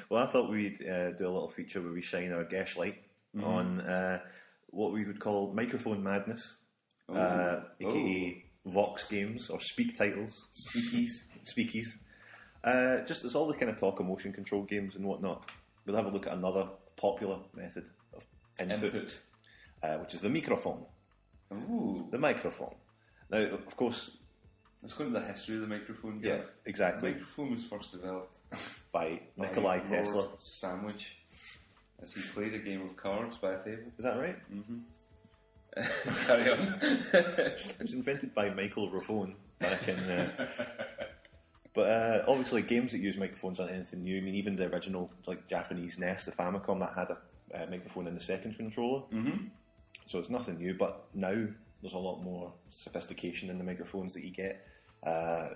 Speaker 1: Well, I thought we'd uh, do a little feature where we shine our gash light
Speaker 2: Mm-hmm.
Speaker 1: on uh, what we would call microphone madness, uh,
Speaker 2: Oh.
Speaker 1: aka Vox games or speak titles,
Speaker 2: Speakies.
Speaker 1: speakies. Uh, just it's all the kind of talk of motion control games and whatnot. We'll have a look at another popular method of input,
Speaker 2: Input.
Speaker 1: Uh, which is the microphone.
Speaker 2: Ooh.
Speaker 1: The microphone. Now, of course,
Speaker 2: Let's go into the history of the microphone.
Speaker 1: yeah,
Speaker 2: Gav. The
Speaker 1: exactly,
Speaker 2: microphone was first developed
Speaker 1: by
Speaker 2: by
Speaker 1: Nikolai
Speaker 2: Lord
Speaker 1: Tesla.
Speaker 2: Sandwich as he played a game of cards by a table. <laughs>
Speaker 1: Is that right?
Speaker 2: Carry on.
Speaker 1: It was invented by Michael Ravone back in. Uh, but uh, obviously, games that use microphones aren't anything new. I mean, even the original like Japanese NES, the Famicom, that had a uh, microphone in the second controller. Mm-hmm. So it's nothing new. But now there's a lot more sophistication in the microphones that you get. Uh,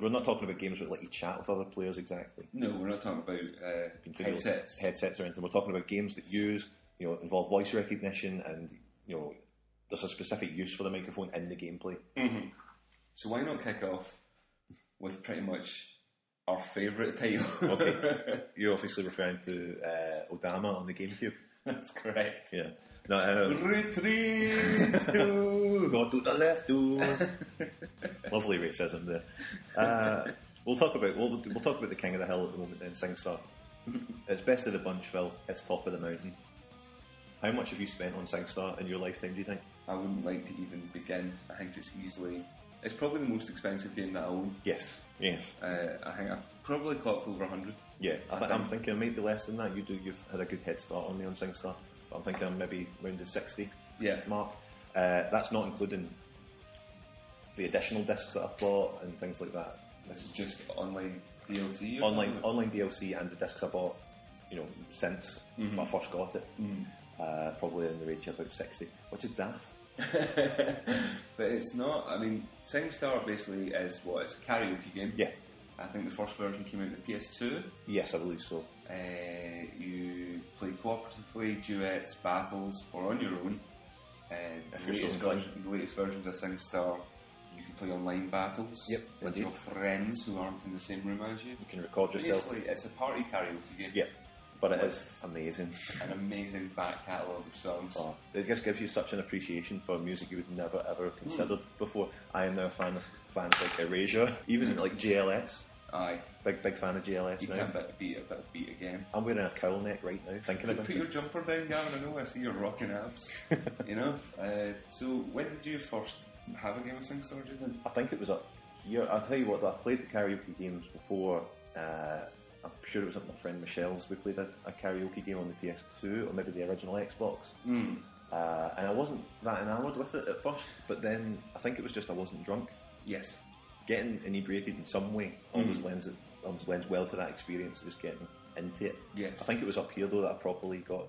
Speaker 1: we're not talking about games where like you chat with other players exactly.
Speaker 2: No, we're not talking about uh,
Speaker 1: Considerable
Speaker 2: headsets.
Speaker 1: headsets or anything. We're talking about games that use, you know, involve voice recognition and you know, there's a specific use for the microphone in the gameplay.
Speaker 2: So why not kick off with pretty much our favourite title? <laughs>
Speaker 1: Okay. <laughs> You're obviously referring to uh, Odama on the GameCube.
Speaker 2: That's correct.
Speaker 1: <laughs> Yeah. No, <laughs> uh,
Speaker 2: Retreat!
Speaker 1: go to the left. ooh. <laughs> Lovely racism there. Uh, we'll talk about we'll, we'll talk about the King of the Hill at the moment then. <laughs> SingStar. It's best of the bunch, Phil. It's top of the mountain. How much have you spent on SingStar in your lifetime? Do you think?
Speaker 2: I wouldn't like to even begin. I think it's easily It's probably the most expensive game that I own.
Speaker 1: Yes, yes,
Speaker 2: Uh, I think I probably clocked over 100.
Speaker 1: yeah. I th- I'm thinking it might be less than that. You do. You've had a good head start on me on SingStar, but I'm thinking I'm maybe around the sixty
Speaker 2: Yeah.
Speaker 1: mark. Uh, that's not including the additional discs that I've bought and things like that.
Speaker 2: This is just online DLC. you're
Speaker 1: online
Speaker 2: talking about?
Speaker 1: online DLC and the discs I bought, you know, since I first got it. Uh, probably in the range of about sixty, which is daft.
Speaker 2: but it's not. I mean, SingStar basically is what it's a karaoke game.
Speaker 1: Yeah.
Speaker 2: I think the first version came out the PS2.
Speaker 1: Yes, I believe so.
Speaker 2: Uh, you play cooperatively, duets, battles, or on your own. Uh,
Speaker 1: If
Speaker 2: the,
Speaker 1: you're so
Speaker 2: latest
Speaker 1: inclined.
Speaker 2: version, the latest versions of SingStar, you can play online battles
Speaker 1: Yep,
Speaker 2: with
Speaker 1: indeed.
Speaker 2: your friends who aren't in the same room as you.
Speaker 1: You can record yourself.
Speaker 2: Basically, it's a party karaoke game.
Speaker 1: Yeah, but it is amazing.
Speaker 2: An amazing back catalogue of songs.
Speaker 1: Oh, it just gives you such an appreciation for music you would never ever have considered
Speaker 2: Hmm.
Speaker 1: before. I am now a fan of fans like Erasure, <laughs> even like GLS.
Speaker 2: Aye,
Speaker 1: Big big fan of GLS
Speaker 2: you
Speaker 1: now.
Speaker 2: can't but beat a bit of beat again.
Speaker 1: I'm wearing a cowl neck right now, thinking about
Speaker 2: Put
Speaker 1: it.
Speaker 2: your jumper down, Gavin. I know I see your rocking <laughs> abs. you know. Uh, so when did you first have a game of SingStar? Do you think?
Speaker 1: I think it was up here. I'll tell you what, I've played the karaoke games before. Uh, I'm sure it was at my friend Michelle's. We played a, a karaoke game on the PS2 or maybe the original Xbox.
Speaker 2: Hmm.
Speaker 1: Uh, and I wasn't that enamoured with it at first, but then I think it was just I wasn't drunk.
Speaker 2: Yes.
Speaker 1: Getting inebriated in some way
Speaker 2: Mm.
Speaker 1: always lends it always lends well to that experience of just getting into it.
Speaker 2: Yes.
Speaker 1: I think it was up here though that I properly got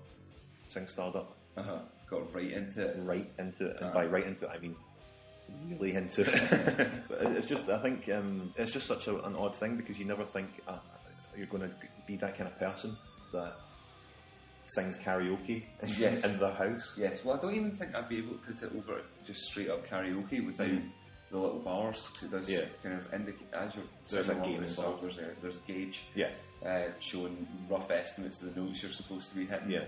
Speaker 1: SingStarred up
Speaker 2: Uh huh. Got right into it.
Speaker 1: right into it, and by right into it, I mean
Speaker 2: <laughs>
Speaker 1: really into it. but it- it's just, I think, um, it's just such a, an odd thing because you never think uh, you're going to be that kind of person that sings karaoke <laughs>
Speaker 2: Yes.
Speaker 1: in their house.
Speaker 2: Yes. Well, I don't even think I'd be able to put it over just straight up karaoke without the little bars. 'cause it does
Speaker 1: Mm. Yeah.
Speaker 2: kind of indicate as you're
Speaker 1: There's
Speaker 2: singing
Speaker 1: a
Speaker 2: along
Speaker 1: game
Speaker 2: with the song,
Speaker 1: involved.
Speaker 2: There's a there's a gauge.
Speaker 1: Yeah.
Speaker 2: Uh, showing rough estimates of the notes you're supposed to be hitting.
Speaker 1: Yeah.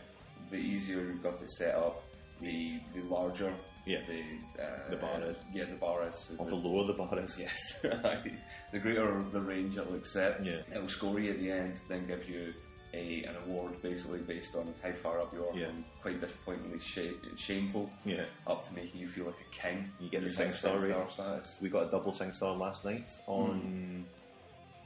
Speaker 2: The easier you've got to set up, the the larger
Speaker 1: Yeah.
Speaker 2: the uh,
Speaker 1: The bar is.
Speaker 2: Yeah, the bar is. So
Speaker 1: Or the lower the bar is.
Speaker 2: Yes, <laughs> the greater the range it'll accept,
Speaker 1: Yeah.
Speaker 2: it'll score you at the end, then give you a an award basically based on how far up you are
Speaker 1: Yeah.
Speaker 2: from quite disappointingly sh- shameful
Speaker 1: Yeah.
Speaker 2: up to making you feel like a king.
Speaker 1: You get the
Speaker 2: You're
Speaker 1: same star rate.
Speaker 2: status.
Speaker 1: We got a double sing star last night on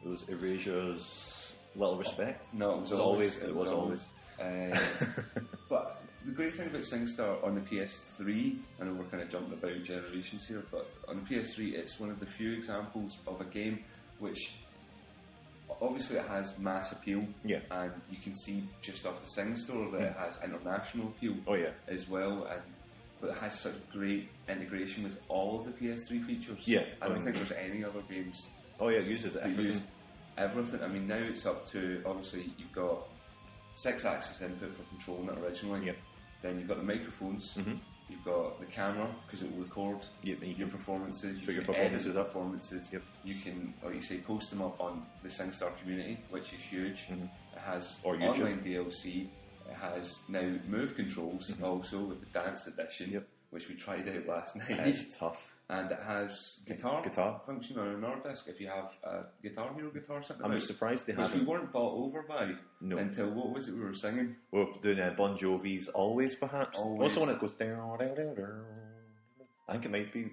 Speaker 2: Hmm.
Speaker 1: it was Erasure's Little Respect.
Speaker 2: No, it was,
Speaker 1: It's
Speaker 2: always,
Speaker 1: it was always.
Speaker 2: Uh, <laughs> but the great thing about SingStar on the PS3, I know we're kind of jumping about generations here, but on the PS3, it's one of the few examples of a game which obviously it has mass appeal,
Speaker 1: Yeah. Mm.
Speaker 2: and you can see just off the SingStar that it has international appeal
Speaker 1: Oh, yeah.
Speaker 2: as well, and but it has such great integration with all of the PS3 features.
Speaker 1: Yeah,
Speaker 2: I don't
Speaker 1: um,
Speaker 2: think there's any other games
Speaker 1: Oh yeah, it uses it.
Speaker 2: they
Speaker 1: everything.
Speaker 2: use everything. I mean, now it's up to obviously you've got six axis input for controlling it originally.
Speaker 1: Yep.
Speaker 2: Then you've got the microphones. You've got the camera because it will record
Speaker 1: Yep, and Mm-hmm. you
Speaker 2: your
Speaker 1: can
Speaker 2: performances. You
Speaker 1: put your
Speaker 2: can edit
Speaker 1: performances
Speaker 2: the
Speaker 1: up.
Speaker 2: performances.
Speaker 1: Yep.
Speaker 2: You can, like you say, post them up on the SingStar community, which is huge. It has
Speaker 1: Mm-hmm. Or YouTube.
Speaker 2: online DLC. It has now move controls also with the dance edition,
Speaker 1: Mm-hmm. Yep.
Speaker 2: which we tried out last <laughs> night
Speaker 1: It's tough.
Speaker 2: and it has guitar,
Speaker 1: guitar.
Speaker 2: function on an hard disk if you have a Guitar Hero guitar sitting
Speaker 1: I'm
Speaker 2: about,
Speaker 1: surprised they
Speaker 2: which we
Speaker 1: haven't.
Speaker 2: weren't bought over by
Speaker 1: No.
Speaker 2: until what was it we were singing?
Speaker 1: We're doing uh, Bon Jovi's Always, perhaps. What's the
Speaker 2: Always.
Speaker 1: one that goes down, down, down, down? I think it might be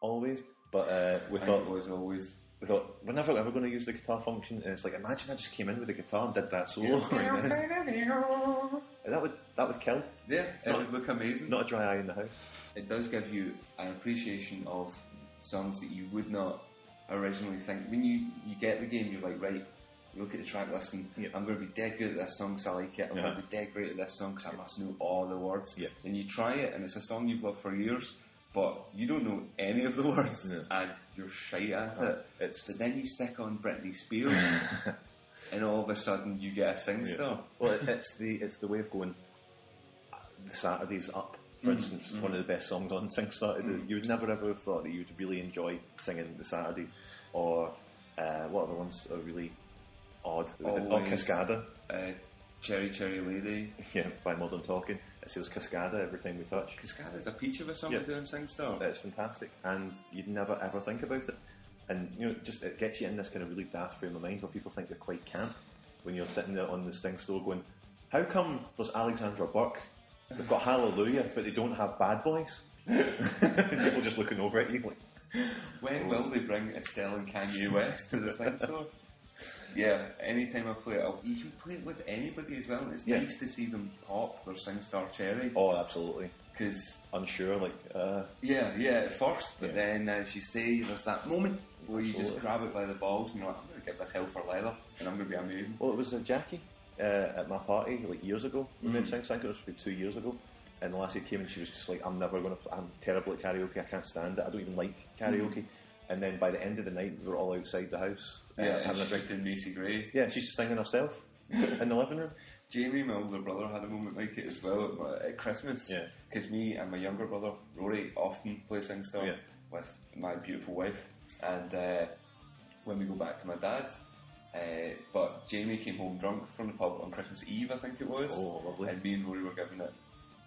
Speaker 1: Always, but uh, we
Speaker 2: I think it
Speaker 1: thought
Speaker 2: was always
Speaker 1: we thought we're never ever going to use the guitar function, and it's like imagine I just came in with a guitar and did that solo. <laughs> that would that would kill.
Speaker 2: <laughs> yeah, it
Speaker 1: Not-
Speaker 2: would look amazing.
Speaker 1: Not a dry eye in the house.
Speaker 2: It does give you an appreciation of songs that you would not originally think. When you you get the game, you're like, right. You look at the track list and
Speaker 1: Yep.
Speaker 2: I'm going to be dead good at this song because I like it. I'm
Speaker 1: Yeah.
Speaker 2: going to be dead great at this song because I must know all the words.
Speaker 1: Yep.
Speaker 2: Then you try it and it's a song you've loved for years, but you don't know any of the <laughs> words
Speaker 1: No.
Speaker 2: and you're shite at it.
Speaker 1: it's-
Speaker 2: But then you stick on Britney Spears and all of a sudden you get a sing star.
Speaker 1: Well, it- it's the it's the way of going. uh, The Saturdays up, for instance, one of the best songs on <laughs> Sing Saturday. You would never ever have thought that you would really enjoy singing the Saturdays, or uh, what other ones are really odd? Or
Speaker 2: Always.
Speaker 1: Cascada, <laughs>
Speaker 2: Uh, Cherry Cherry Lady.
Speaker 1: yeah, by Modern Talking. It says Cascada every time we touch.
Speaker 2: Cascada's a peach of a song
Speaker 1: Yep.
Speaker 2: we're doing sing star.
Speaker 1: It's fantastic, and you'd never ever think about it. And you know, just it gets you in this kind of really daft frame of mind where people think they're quite camp when you're sitting there on the Sting store going, "How come there's Alexandra Burke? They've got Hallelujah, but they don't have Bad Boys." <laughs> People just looking over at you like,
Speaker 2: When will they bring Estelle and Kanye West to the same store? Yeah, anytime I play it, I'll, you can play it with anybody as well. It's
Speaker 1: Yeah.
Speaker 2: nice to see them pop their SingStar Cherry
Speaker 1: oh, absolutely.
Speaker 2: because
Speaker 1: Unsure, like, uh,
Speaker 2: yeah, yeah, at first, but
Speaker 1: Yeah.
Speaker 2: then as you say, there's that moment where you just
Speaker 1: Absolutely.
Speaker 2: grab it by the balls and you're like, I'm going to give this hell for leather and I'm going to be amazing.
Speaker 1: Well, it was a Jackie uh, at my party like years ago. We went to Sing Sing, it was probably two years ago. And the lassie came and she was just like, "I'm never going to. I'm terrible at karaoke. I can't stand it. I don't even like karaoke." And then by the end of the night, we were all outside the house uh,
Speaker 2: Yeah, and
Speaker 1: having a
Speaker 2: she's
Speaker 1: drink.
Speaker 2: just in Macy Gray.
Speaker 1: Yeah, she's just singing herself in the living room.
Speaker 2: Jamie, my older brother, had a moment like it as well at, my, at Christmas.
Speaker 1: Yeah.
Speaker 2: Because me and my younger brother, Rory, often play SingStar
Speaker 1: Yeah.
Speaker 2: with my beautiful wife. And uh, when we go back to my dad's, uh, but Jamie came home drunk from the pub on Christmas Eve, I think it was.
Speaker 1: Oh, lovely.
Speaker 2: And me and Rory were giving it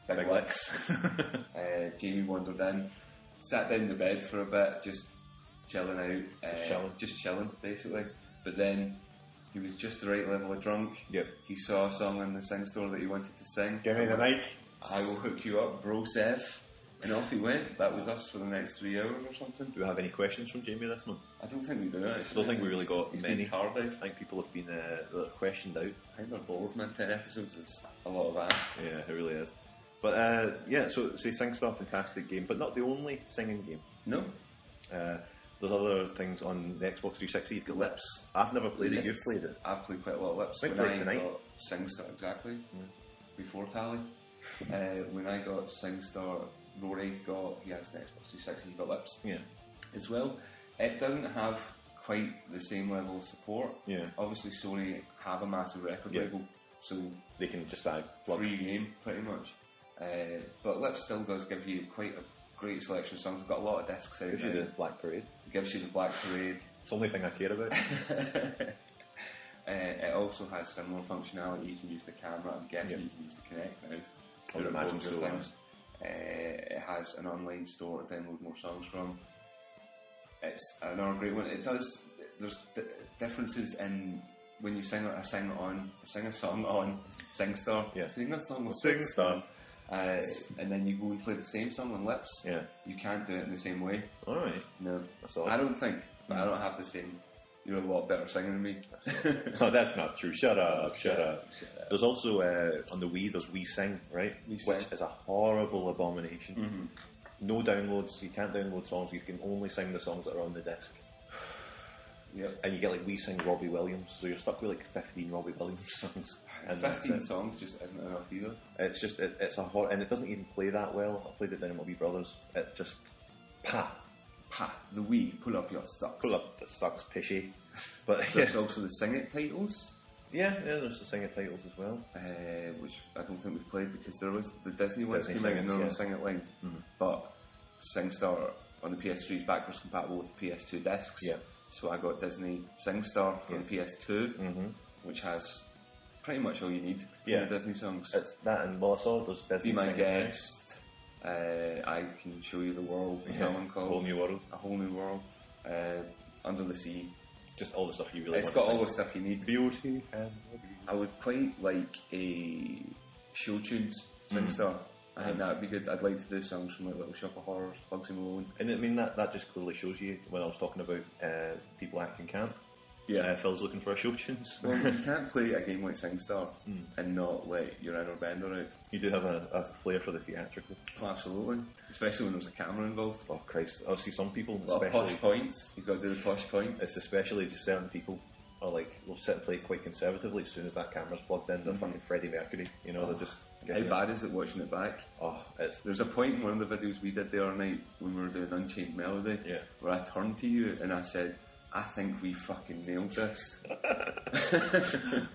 Speaker 2: big,
Speaker 1: Big
Speaker 2: licks.
Speaker 1: licks.
Speaker 2: <laughs>
Speaker 1: <laughs>
Speaker 2: Uh, Jamie wandered in, sat down in the bed for a bit, just chilling out, uh,
Speaker 1: Just chilling.
Speaker 2: just chilling, basically. But then he was just the right level of drunk.
Speaker 1: Yep.
Speaker 2: He saw a song in the sing store that he wanted to sing.
Speaker 1: Give me the mic.
Speaker 2: I will hook you up, bro, Sev. And off he went. That was us for the next three hours or something.
Speaker 1: Do we have any questions from Jamie this month?
Speaker 2: I don't think we do actually.
Speaker 1: I don't think we really got
Speaker 2: He's
Speaker 1: many.
Speaker 2: Been tardy.
Speaker 1: I think people have been uh, they're questioned out.
Speaker 2: I think they're bored, man. Ten episodes is a lot of ass.
Speaker 1: Yeah, it really is. But uh, yeah, so see, Sing Star, fantastic game, but not the only singing game.
Speaker 2: No.
Speaker 1: Uh, there's other things on the Xbox 360. You've got Lips. I've never played it. You've
Speaker 2: Lips.
Speaker 1: played it.
Speaker 2: I've played quite a lot of lips.
Speaker 1: We
Speaker 2: When
Speaker 1: played
Speaker 2: I
Speaker 1: tonight. Mm.
Speaker 2: got Sing Star exactly
Speaker 1: <laughs>
Speaker 2: before Tally. uh, when I got Sing Star, Rory got he has an Xbox 360. He got lips
Speaker 1: Yeah.
Speaker 2: as well. It doesn't have quite the same level of support.
Speaker 1: Yeah.
Speaker 2: Obviously, Sony have a massive record
Speaker 1: Yeah.
Speaker 2: label, so
Speaker 1: They can just uh, plug.
Speaker 2: free game pretty much. Uh, but Lips still does give you quite a great selection of songs. I've got a lot of discs out
Speaker 1: Gives
Speaker 2: now.
Speaker 1: you the Black Parade.
Speaker 2: It gives you the Black Parade.
Speaker 1: It's the only thing I care
Speaker 2: <laughs>
Speaker 1: about.
Speaker 2: Uh, it also has similar functionality. You can use the camera. I'm guessing
Speaker 1: Yeah.
Speaker 2: you can use the Kinect now.
Speaker 1: I would
Speaker 2: Do
Speaker 1: imagine
Speaker 2: loads of
Speaker 1: so,
Speaker 2: things. Uh, it has an online store to download more songs from. It's another great one. It does. There's d- differences in when you sing a sing on, sing a song on SingStar.
Speaker 1: Yeah.
Speaker 2: Sing a song on
Speaker 1: SingStar.
Speaker 2: SingStar. Uh, and then you go and play the same song on Lips.
Speaker 1: Yeah.
Speaker 2: You can't do it in the same way.
Speaker 1: All right.
Speaker 2: No,
Speaker 1: That's odd.
Speaker 2: I don't think. But I don't have the same. You're a lot better singer than me.
Speaker 1: No, that's not true. Shut up. Shut
Speaker 2: Shut
Speaker 1: up.
Speaker 2: up, shut up.
Speaker 1: There's also uh, on the Wii. There's Wii Sing, right?
Speaker 2: Wii Sing. Mm-hmm.
Speaker 1: Which is a horrible abomination. No downloads. You can't download songs. You can only sing the songs that are on the disc.
Speaker 2: <laughs> yep.
Speaker 1: And you get like Wii Sing Robbie Williams, so you're stuck with like 15 Robbie Williams <laughs> songs. And that's
Speaker 2: Fifteen
Speaker 1: it.
Speaker 2: songs just isn't enough either.
Speaker 1: It's just it, it's a hor and it doesn't even play that well. I played it down at my wee brother's. It's just pa
Speaker 2: Pa, the Wii, pull up your socks.
Speaker 1: pull up that sucks pishy.
Speaker 2: <laughs>
Speaker 1: But yeah,
Speaker 2: There's also the Sing It titles,
Speaker 1: yeah, yeah, there's the singer titles as well.
Speaker 2: uh, which I don't think we've played because there was the Disney ones
Speaker 1: Disney
Speaker 2: came out
Speaker 1: Sing
Speaker 2: in
Speaker 1: Its,
Speaker 2: their
Speaker 1: yeah. Mm-hmm.
Speaker 2: own Sing It line, but SingStar on the PS3 is backwards compatible with the PS2 discs.
Speaker 1: Yeah.
Speaker 2: So I got Disney SingStar for the PS2, which has pretty much all you need for
Speaker 1: Mm-hmm. Yeah.
Speaker 2: the Disney songs.
Speaker 1: It's that and well, I saw there's Disney
Speaker 2: Be my
Speaker 1: Sing-
Speaker 2: guest. Uh, I can show you the world. What's that one called?
Speaker 1: Whole New World.
Speaker 2: A whole new world. Uh, under the sea.
Speaker 1: Just all the stuff you really.
Speaker 2: It's got
Speaker 1: want
Speaker 2: all
Speaker 1: to
Speaker 2: the stuff you need.
Speaker 1: sing. beauty and
Speaker 2: I would quite like a show tunes sing star. I think that would be good. I'd like to do songs from like Little Shop of Horrors, Bugsy Malone.
Speaker 1: and I mean that that just clearly shows you when I was talking about uh, people acting camp. uh, Phil's looking for a show <laughs> tunes.
Speaker 2: Well, you can't play a game like
Speaker 1: <laughs>
Speaker 2: Sing Star
Speaker 1: Hmm.
Speaker 2: and not let your inner bender out.
Speaker 1: you do have a, a flair for the theatrical.
Speaker 2: Oh, absolutely. Especially when there's a camera involved.
Speaker 1: Oh Christ! I see some people,
Speaker 2: A lot of posh
Speaker 1: especially
Speaker 2: points. You've got to do the posh point.
Speaker 1: It's especially just certain people are like will sit and play quite conservatively as soon as that camera's plugged in. They're fucking Freddie Mercury, you know. They're just
Speaker 2: How
Speaker 1: getting-
Speaker 2: bad is it watching it back?
Speaker 1: Oh, it's
Speaker 2: There's a point in one of the videos we did the other night when we were doing Unchained Melody
Speaker 1: Yeah.
Speaker 2: where I turned to you and I said, I think we fucking nailed this.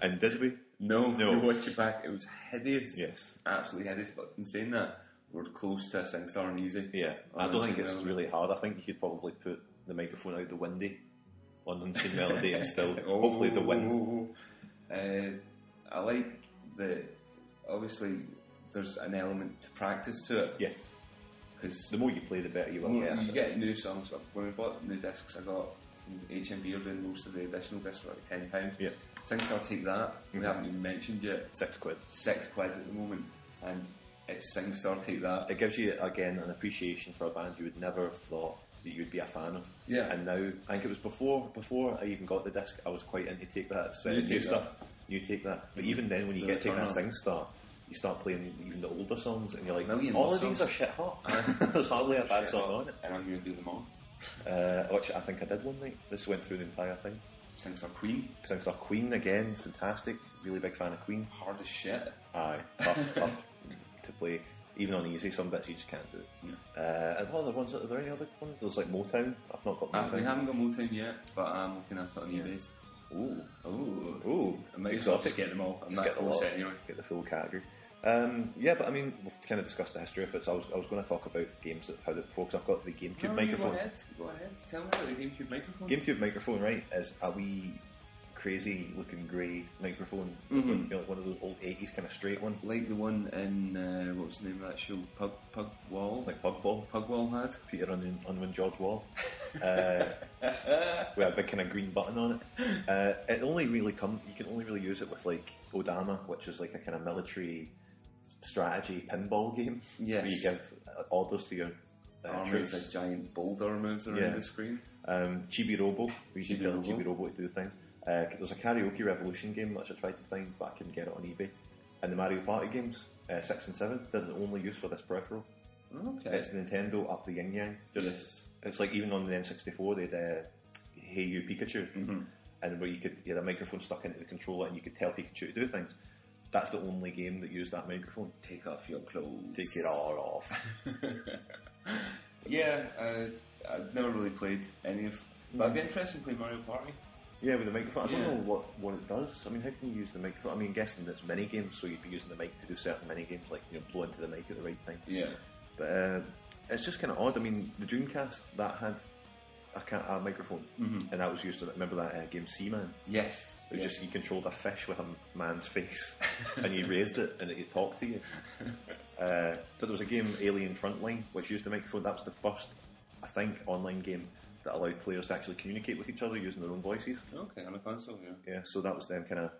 Speaker 1: and did we?
Speaker 2: No,
Speaker 1: No.
Speaker 2: no. You watch it back, it was hideous.
Speaker 1: Yes.
Speaker 2: Absolutely hideous. But in saying that, we're close to a sing star and easy.
Speaker 1: Yeah,
Speaker 2: On
Speaker 1: I don't think
Speaker 2: Unchained
Speaker 1: it's
Speaker 2: Melody.
Speaker 1: really hard. I think you could probably put the microphone out the windy on Unchained Melody and still
Speaker 2: Oh,
Speaker 1: hopefully the
Speaker 2: oh,
Speaker 1: wind.
Speaker 2: oh, oh. Uh, I like that. Obviously, there's an element to practice to it
Speaker 1: Yes,
Speaker 2: because
Speaker 1: the more you play, the better you will
Speaker 2: Well,
Speaker 1: get. at
Speaker 2: you
Speaker 1: it.
Speaker 2: get new songs. When I bought new discs, I got from HMB are doing most of the additional discs for like ten pounds.
Speaker 1: Yeah.
Speaker 2: Singstar take that. We haven't even mentioned yet.
Speaker 1: Six quid.
Speaker 2: Six quid at the moment, and it's SingStar, take that.
Speaker 1: It gives you again an appreciation for a band you would never have thought that you'd be a fan of.
Speaker 2: Yeah.
Speaker 1: And now I think it was before before I even got the disc, I was quite into take that uh,
Speaker 2: You
Speaker 1: new
Speaker 2: Take
Speaker 1: stuff. You take that. But even then, when you
Speaker 2: The
Speaker 1: get take
Speaker 2: Return
Speaker 1: that
Speaker 2: of-
Speaker 1: sing star, you start playing even the older songs, and you're like,
Speaker 2: Million
Speaker 1: all of
Speaker 2: songs.
Speaker 1: these are shit
Speaker 2: <laughs>
Speaker 1: hot. <laughs> There's hardly a bad song on it.
Speaker 2: And I'm going to do them all.
Speaker 1: Uh, which I think I did one night. This went through the entire thing.
Speaker 2: SingStar Queen,
Speaker 1: Sing star Queen again, fantastic. Really big fan of Queen.
Speaker 2: hard as shit.
Speaker 1: Aye,
Speaker 2: <laughs>
Speaker 1: tough, tough to play. Even on easy, some bits you just can't do it. Uh, and what other ones? Are there any other ones? There's like Motown. I've not got
Speaker 2: Uh, we
Speaker 1: Motown.
Speaker 2: haven't got Motown yet, but I'm looking at it on eBay.
Speaker 1: Ooh,
Speaker 2: Oh,
Speaker 1: ooh,
Speaker 2: I might as well
Speaker 1: exotic.
Speaker 2: just get them all. I'm
Speaker 1: Just
Speaker 2: not
Speaker 1: get the
Speaker 2: full
Speaker 1: lot.
Speaker 2: set anyway.
Speaker 1: Get the full category. Um, yeah, but I mean, we've kind of discussed the history of it. So I was, I was going to talk about games that how it before 'cause I've got the GameCube
Speaker 2: No, you
Speaker 1: microphone.
Speaker 2: Go ahead, go ahead. Tell me about the GameCube microphone.
Speaker 1: GameCube microphone, right, is a wee crazy looking grey microphone.
Speaker 2: Mm-hmm.
Speaker 1: You know, like one of those old eighties kind of straight ones,
Speaker 2: like the one in, uh, what was the name of that show? Pug, Pug Wall?
Speaker 1: like bug ball.
Speaker 2: Pug Wall had?
Speaker 1: Peter Unwin, Unwin George Wall. Uh, <laughs> with a big kind of green button on it. Uh, it only really come you can only really use it with like Odama, which is like a kind of military strategy pinball game. Where you
Speaker 2: Yes.
Speaker 1: give uh, orders to your uh,
Speaker 2: Armies
Speaker 1: troops.
Speaker 2: a giant boulder moves around
Speaker 1: Yeah.
Speaker 2: the screen.
Speaker 1: Um, Chibi Robo, we can
Speaker 2: Chibi
Speaker 1: tell
Speaker 2: Robo.
Speaker 1: Chibi Robo to do things. Uh, there's a Karaoke Revolution game which I tried to find, but I couldn't get it on eBay. And the Mario Party games, uh, six and seven, they're the only use for this peripheral.
Speaker 2: Okay.
Speaker 1: It's Nintendo up the yin yang. Just
Speaker 2: Yes.
Speaker 1: it's like even on the N sixty four they'd uh, Hey You Pikachu, and where you could you had a microphone stuck into the controller and you could tell Pikachu to do things. That's the only game that used that microphone.
Speaker 2: Take off your clothes.
Speaker 1: Take it all off.
Speaker 2: Yeah, uh, I've never really played any of. But
Speaker 1: Mm.
Speaker 2: I'd be interested in playing Mario Party.
Speaker 1: <laughs> yeah, with the microphone. I don't
Speaker 2: Yeah.
Speaker 1: know what, what it does. I mean, how can you use the microphone? I mean, guessing that's mini games, so you'd be using the mic to do certain mini games, like you know, blow into the mic at the right time.
Speaker 2: Yeah.
Speaker 1: But uh, it's just kind of odd. I mean, the Dreamcast that had a, ca- a microphone, and that was used to remember that uh, game Seaman.
Speaker 2: Yes.
Speaker 1: It was just you controlled a fish with a man's face, and you raised it, and it talked to you. Uh, but there was a game, Alien Frontline, which used the microphone. That was the first, I think, online game that allowed players to actually communicate with each other using their own voices.
Speaker 2: Okay, on a console, yeah.
Speaker 1: Yeah, so that was them kind of.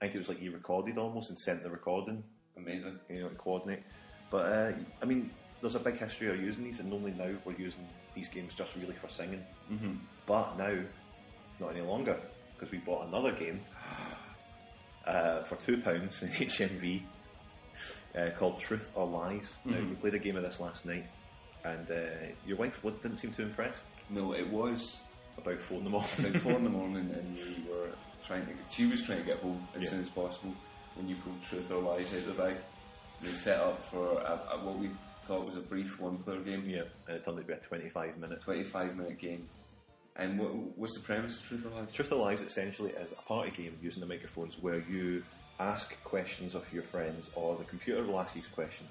Speaker 1: I think it was like you recorded almost and sent the recording,
Speaker 2: Amazing.
Speaker 1: you know, to coordinate. But uh, I mean, there's a big history of using these, and only now we're using these games just really for singing. Mm-hmm. But now, not any longer, because we bought another game <sighs> uh, for two pounds in <laughs> HMV uh, called Truth or Lies. Now, we played a game of this last night, and uh, your wife wa- didn't seem too impressed
Speaker 2: No, it was
Speaker 1: about phoning them off. <laughs>
Speaker 2: like four in the morning, and we were trying to. She was trying to get home as
Speaker 1: Yeah.
Speaker 2: soon as possible. When you pulled truth or lies out of the bag, we set up for a, a, what we thought was a brief one-player game,
Speaker 1: yeah, and it turned out to be a 25 minute.
Speaker 2: twenty-five minute game. And what, what's the premise of truth or lies?
Speaker 1: Truth or Lies essentially is a party game using the microphones where you ask questions of your friends or the computer will ask you questions.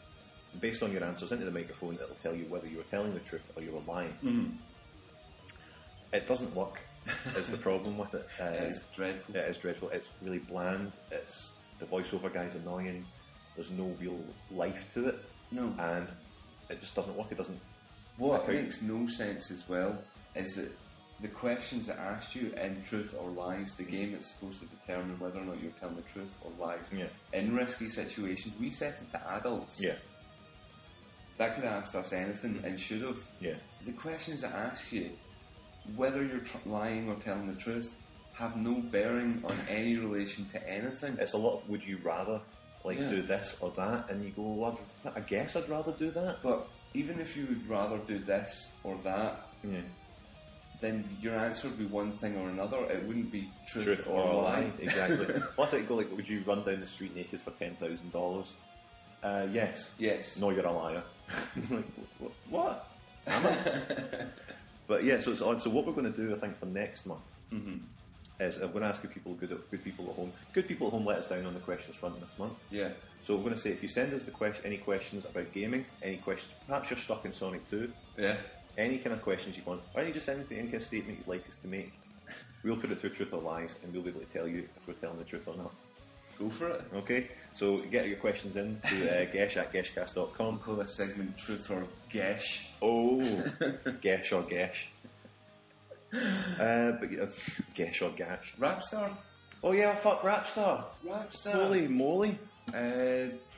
Speaker 1: Based on your answers into the microphone, it'll tell you whether you were telling the truth or you were lying. It doesn't work, <laughs> is the problem with it. Uh,
Speaker 2: It's dreadful.
Speaker 1: it is dreadful. It's really bland. It's The voiceover guy's annoying. There's no real life to it.
Speaker 2: No.
Speaker 1: And it just doesn't work. It doesn't.
Speaker 2: What
Speaker 1: Okay.
Speaker 2: makes no sense as well is that the questions that asked you in truth or lies, the game that's supposed to determine whether or not you're telling the truth or lies.
Speaker 1: Yeah.
Speaker 2: In risky situations, we set it to adults.
Speaker 1: Yeah.
Speaker 2: That could have asked us anything and should have.
Speaker 1: Yeah.
Speaker 2: The questions that ask you whether you're tr- lying or telling the truth have no bearing on any relation to anything.
Speaker 1: it's a lot of would you rather like
Speaker 2: Yeah.
Speaker 1: do this or that and you go well I'd, i guess i'd rather do that
Speaker 2: But even if you would rather do this or that,
Speaker 1: yeah
Speaker 2: then your answer would be one thing or another. It wouldn't be truth,
Speaker 1: truth
Speaker 2: or, a lie.
Speaker 1: exactly plus it go like would you run down the street naked for ten thousand dollars uh yes
Speaker 2: <laughs> Yes.
Speaker 1: no you're a liar <laughs> like wh- what am i
Speaker 2: <laughs>
Speaker 1: but yeah so it's odd so what we're going to do i think for next month
Speaker 2: Mm-hmm.
Speaker 1: is i'm going to ask the people good at, good people at home good people at home let us down on the questions front this month
Speaker 2: Yeah.
Speaker 1: So we're going to say if you send us the question, any questions about gaming, any questions, perhaps you're stuck in Sonic 2,
Speaker 2: Yeah.
Speaker 1: any kind of questions you want, or any just anything, any kind of statement you'd like us to make, we'll put it through Truth or Lies, and we'll be able to tell you if we're telling the truth or not.
Speaker 2: Go for it.
Speaker 1: Okay, so get your questions in to uh, <laughs> gesh at geshcast.com.
Speaker 2: Call this segment Truth or Gesh. <laughs>
Speaker 1: Oh, gesh or gesh. Uh, but yeah, gesh or gash.
Speaker 2: Rapstar.
Speaker 1: Oh yeah, fuck Rapstar.
Speaker 2: Rapstar.
Speaker 1: Holy moly!
Speaker 2: Uh,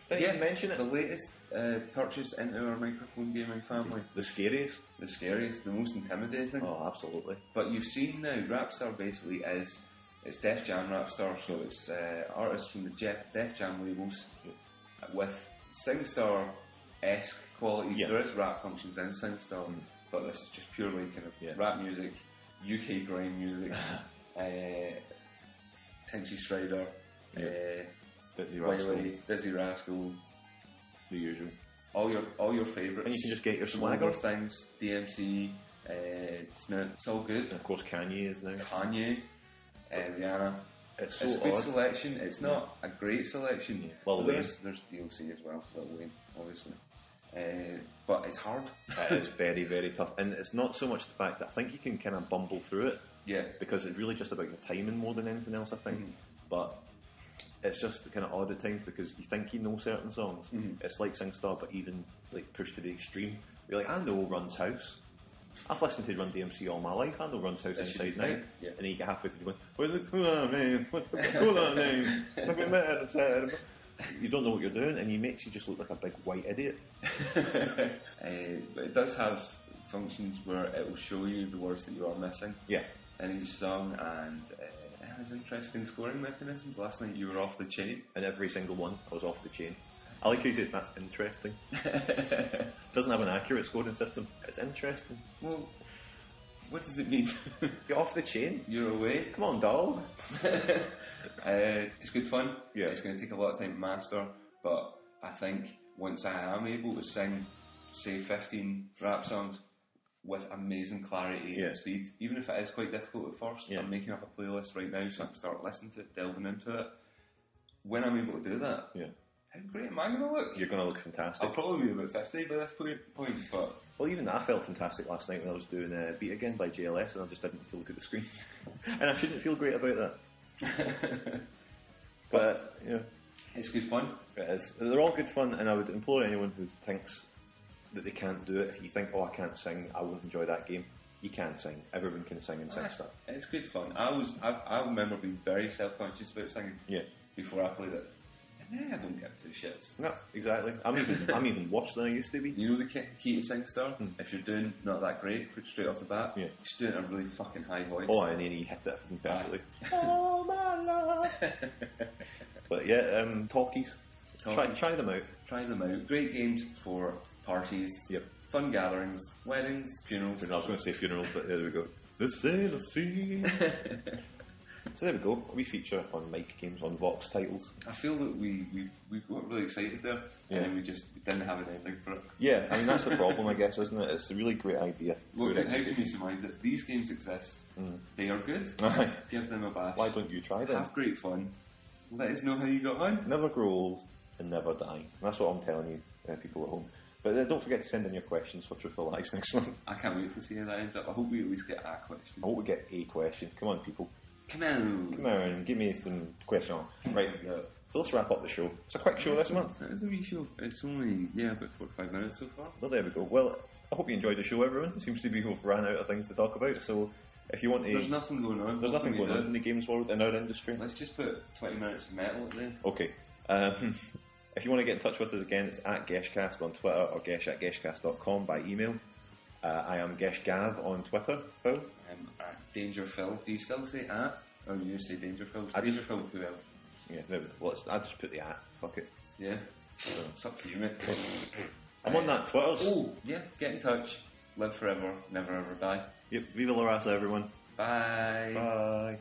Speaker 1: Didn't even mention it.
Speaker 2: The latest uh, purchase into our microphone gaming family.
Speaker 1: the scariest.
Speaker 2: The scariest, the most intimidating.
Speaker 1: Oh, absolutely.
Speaker 2: But you've seen now, Rapstar basically is it's Def Jam Rapstar, so it's uh, artists from the Jef- Def Jam labels with SingStar esque qualities.
Speaker 1: Yeah. Mm.
Speaker 2: There is rap functions in SingStar, but this is just purely kind of
Speaker 1: Yeah.
Speaker 2: rap music, UK
Speaker 1: <laughs>
Speaker 2: grime music, uh, Tinchy Strider,
Speaker 1: Dizzy
Speaker 2: uh,
Speaker 1: Rascal,
Speaker 2: Wiley, Dizzy Rascal,
Speaker 1: the usual.
Speaker 2: all your all your favourites.
Speaker 1: And you can just get your
Speaker 2: Smaller
Speaker 1: swagger.
Speaker 2: things, DMC, uh, Snoop, it's all good.
Speaker 1: And of course, Kanye is now.
Speaker 2: Kanye, uh, Rihanna.
Speaker 1: It's
Speaker 2: it's
Speaker 1: so
Speaker 2: a good
Speaker 1: odd.
Speaker 2: selection. It's not a great selection.
Speaker 1: Lil
Speaker 2: But
Speaker 1: Wayne.
Speaker 2: there's, there's DLC as well. Lil Wayne, obviously, uh, but it's hard.
Speaker 1: it is very, very tough. And it's not so much the fact that I think you can kind of bumble through it
Speaker 2: yeah,
Speaker 1: because it's really just about your timing more than anything else, I think.
Speaker 2: Mm-hmm.
Speaker 1: But it's just kind of odd at times because you think you know certain songs.
Speaker 2: Mm-hmm.
Speaker 1: It's like SingStar, but even like pushed to the extreme. You're like, I know Run's House. I've listened to Run DMC all my life. I know Run's House
Speaker 2: That should
Speaker 1: inside
Speaker 2: be
Speaker 1: now.
Speaker 2: fine. Yeah.
Speaker 1: And then you get halfway through going, What's the cooler name? What's the cooler name? Look at me, it's, uh, You don't know what you're doing, and you makes you just look like a big white idiot.
Speaker 2: uh, but it does have functions where it will show you the words that you are missing
Speaker 1: Yeah.
Speaker 2: in each song, and uh, it has interesting scoring mechanisms. Last night you were off the chain.
Speaker 1: and every single one I was off the chain. I like how you said that's <laughs> interesting. Doesn't have an accurate scoring system. It's interesting.
Speaker 2: Well, what does it mean? <laughs>
Speaker 1: Get off the chain.
Speaker 2: You're away.
Speaker 1: Come on, dog.
Speaker 2: Uh, it's good fun.
Speaker 1: Yeah.
Speaker 2: It's going to take a lot of time to master, but I think once I am able to sing, say, 15 rap songs with amazing clarity
Speaker 1: Yeah.
Speaker 2: and speed, even if it is quite difficult at first,
Speaker 1: Yeah.
Speaker 2: I'm making up a playlist right now so I can start listening to it, delving into it. When I'm able to do that,
Speaker 1: Yeah,
Speaker 2: how great am I going to look?
Speaker 1: you're going to look
Speaker 2: I'll
Speaker 1: fantastic.
Speaker 2: probably be about 50 by this point, point but
Speaker 1: Well, even I felt fantastic last night when I was doing uh, Beat Again by JLS and I just didn't need to look at the screen. <laughs> and I shouldn't feel great about that. <laughs> but, yeah,
Speaker 2: it's good fun.
Speaker 1: it is. They're all good fun, and I would implore anyone who thinks that they can't do it, if you think, oh, I can't sing, I won't enjoy that game, you can sing. Everyone can sing and sing stuff.
Speaker 2: It's good fun. I was I, I remember being very self conscious about singing
Speaker 1: Yeah.
Speaker 2: before I played it. And now I don't give two shits.
Speaker 1: No, exactly. I'm even I'm even worse than I used to be.
Speaker 2: You know the key, key to SingStar? If you're doing not that great, put straight off the bat,
Speaker 1: Hmm. Yeah.
Speaker 2: just do it in a really fucking high voice.
Speaker 1: Oh, and then he hit it from perfectly. oh my love. <laughs> but yeah, um, talkies. Try
Speaker 2: Talkies.
Speaker 1: try them out.
Speaker 2: Try them out. Great games for parties,
Speaker 1: Yep.
Speaker 2: fun gatherings, weddings, funerals.
Speaker 1: I was going to say funerals, but there we go. This ain't a scene. so there we go. We feature on mic games on Vox titles.
Speaker 2: I feel that we, we, we got really excited there,
Speaker 1: Yeah.
Speaker 2: and then we just didn't have anything for it.
Speaker 1: Yeah, I mean that's the problem, I guess, isn't it? It's a really great idea.
Speaker 2: Look,
Speaker 1: Good
Speaker 2: how can you
Speaker 1: execution.
Speaker 2: surmise that these games exist? They are good.
Speaker 1: <laughs> Aye.
Speaker 2: Give them a bash.
Speaker 1: Why don't you try them?
Speaker 2: Have great fun. Let us know how you got on.
Speaker 1: Never grow old and never die. That's what I'm telling you, uh, people at home. But uh, don't forget to send in your questions for Truth or Lies next month.
Speaker 2: I can't wait to see how that ends up. I hope we at least get a question.
Speaker 1: I hope we get a question. Come on, people.
Speaker 2: Come on.
Speaker 1: Come on, give me some questions. Right, uh,
Speaker 2: Yeah.
Speaker 1: so let's wrap up the show. It's a quick show this month.
Speaker 2: That is a wee show. It's only, yeah, about 45 minutes so far.
Speaker 1: Well, there we go. Well, I hope you enjoyed the show, everyone. It seems to be we've ran out of things to talk about, so if you want to...
Speaker 2: There's nothing going on.
Speaker 1: there's
Speaker 2: What
Speaker 1: nothing
Speaker 2: can we
Speaker 1: going on
Speaker 2: do?
Speaker 1: in the games world, in our industry.
Speaker 2: Let's just put 20 minutes of metal at the end.
Speaker 1: Okay. Um, <laughs> if you want to get in touch with us again, it's at Geshcast on Twitter or gesh at geshcast.com by email. Uh, I am Geshgav on Twitter, Phil.
Speaker 2: Um, at Danger Phil. Do you still say at? Or do you just say Danger Phil?
Speaker 1: I just-
Speaker 2: Danger Phil 2 L.
Speaker 1: Yeah, there we go. Well, it's- I just put the at. Fuck it.
Speaker 2: Yeah. It's up to you, mate.
Speaker 1: <laughs> I'm on that Twitter.
Speaker 2: oh, yeah, get in touch. Live forever, never ever die.
Speaker 1: Yep, viva la raza, everyone.
Speaker 2: Bye.
Speaker 1: Bye.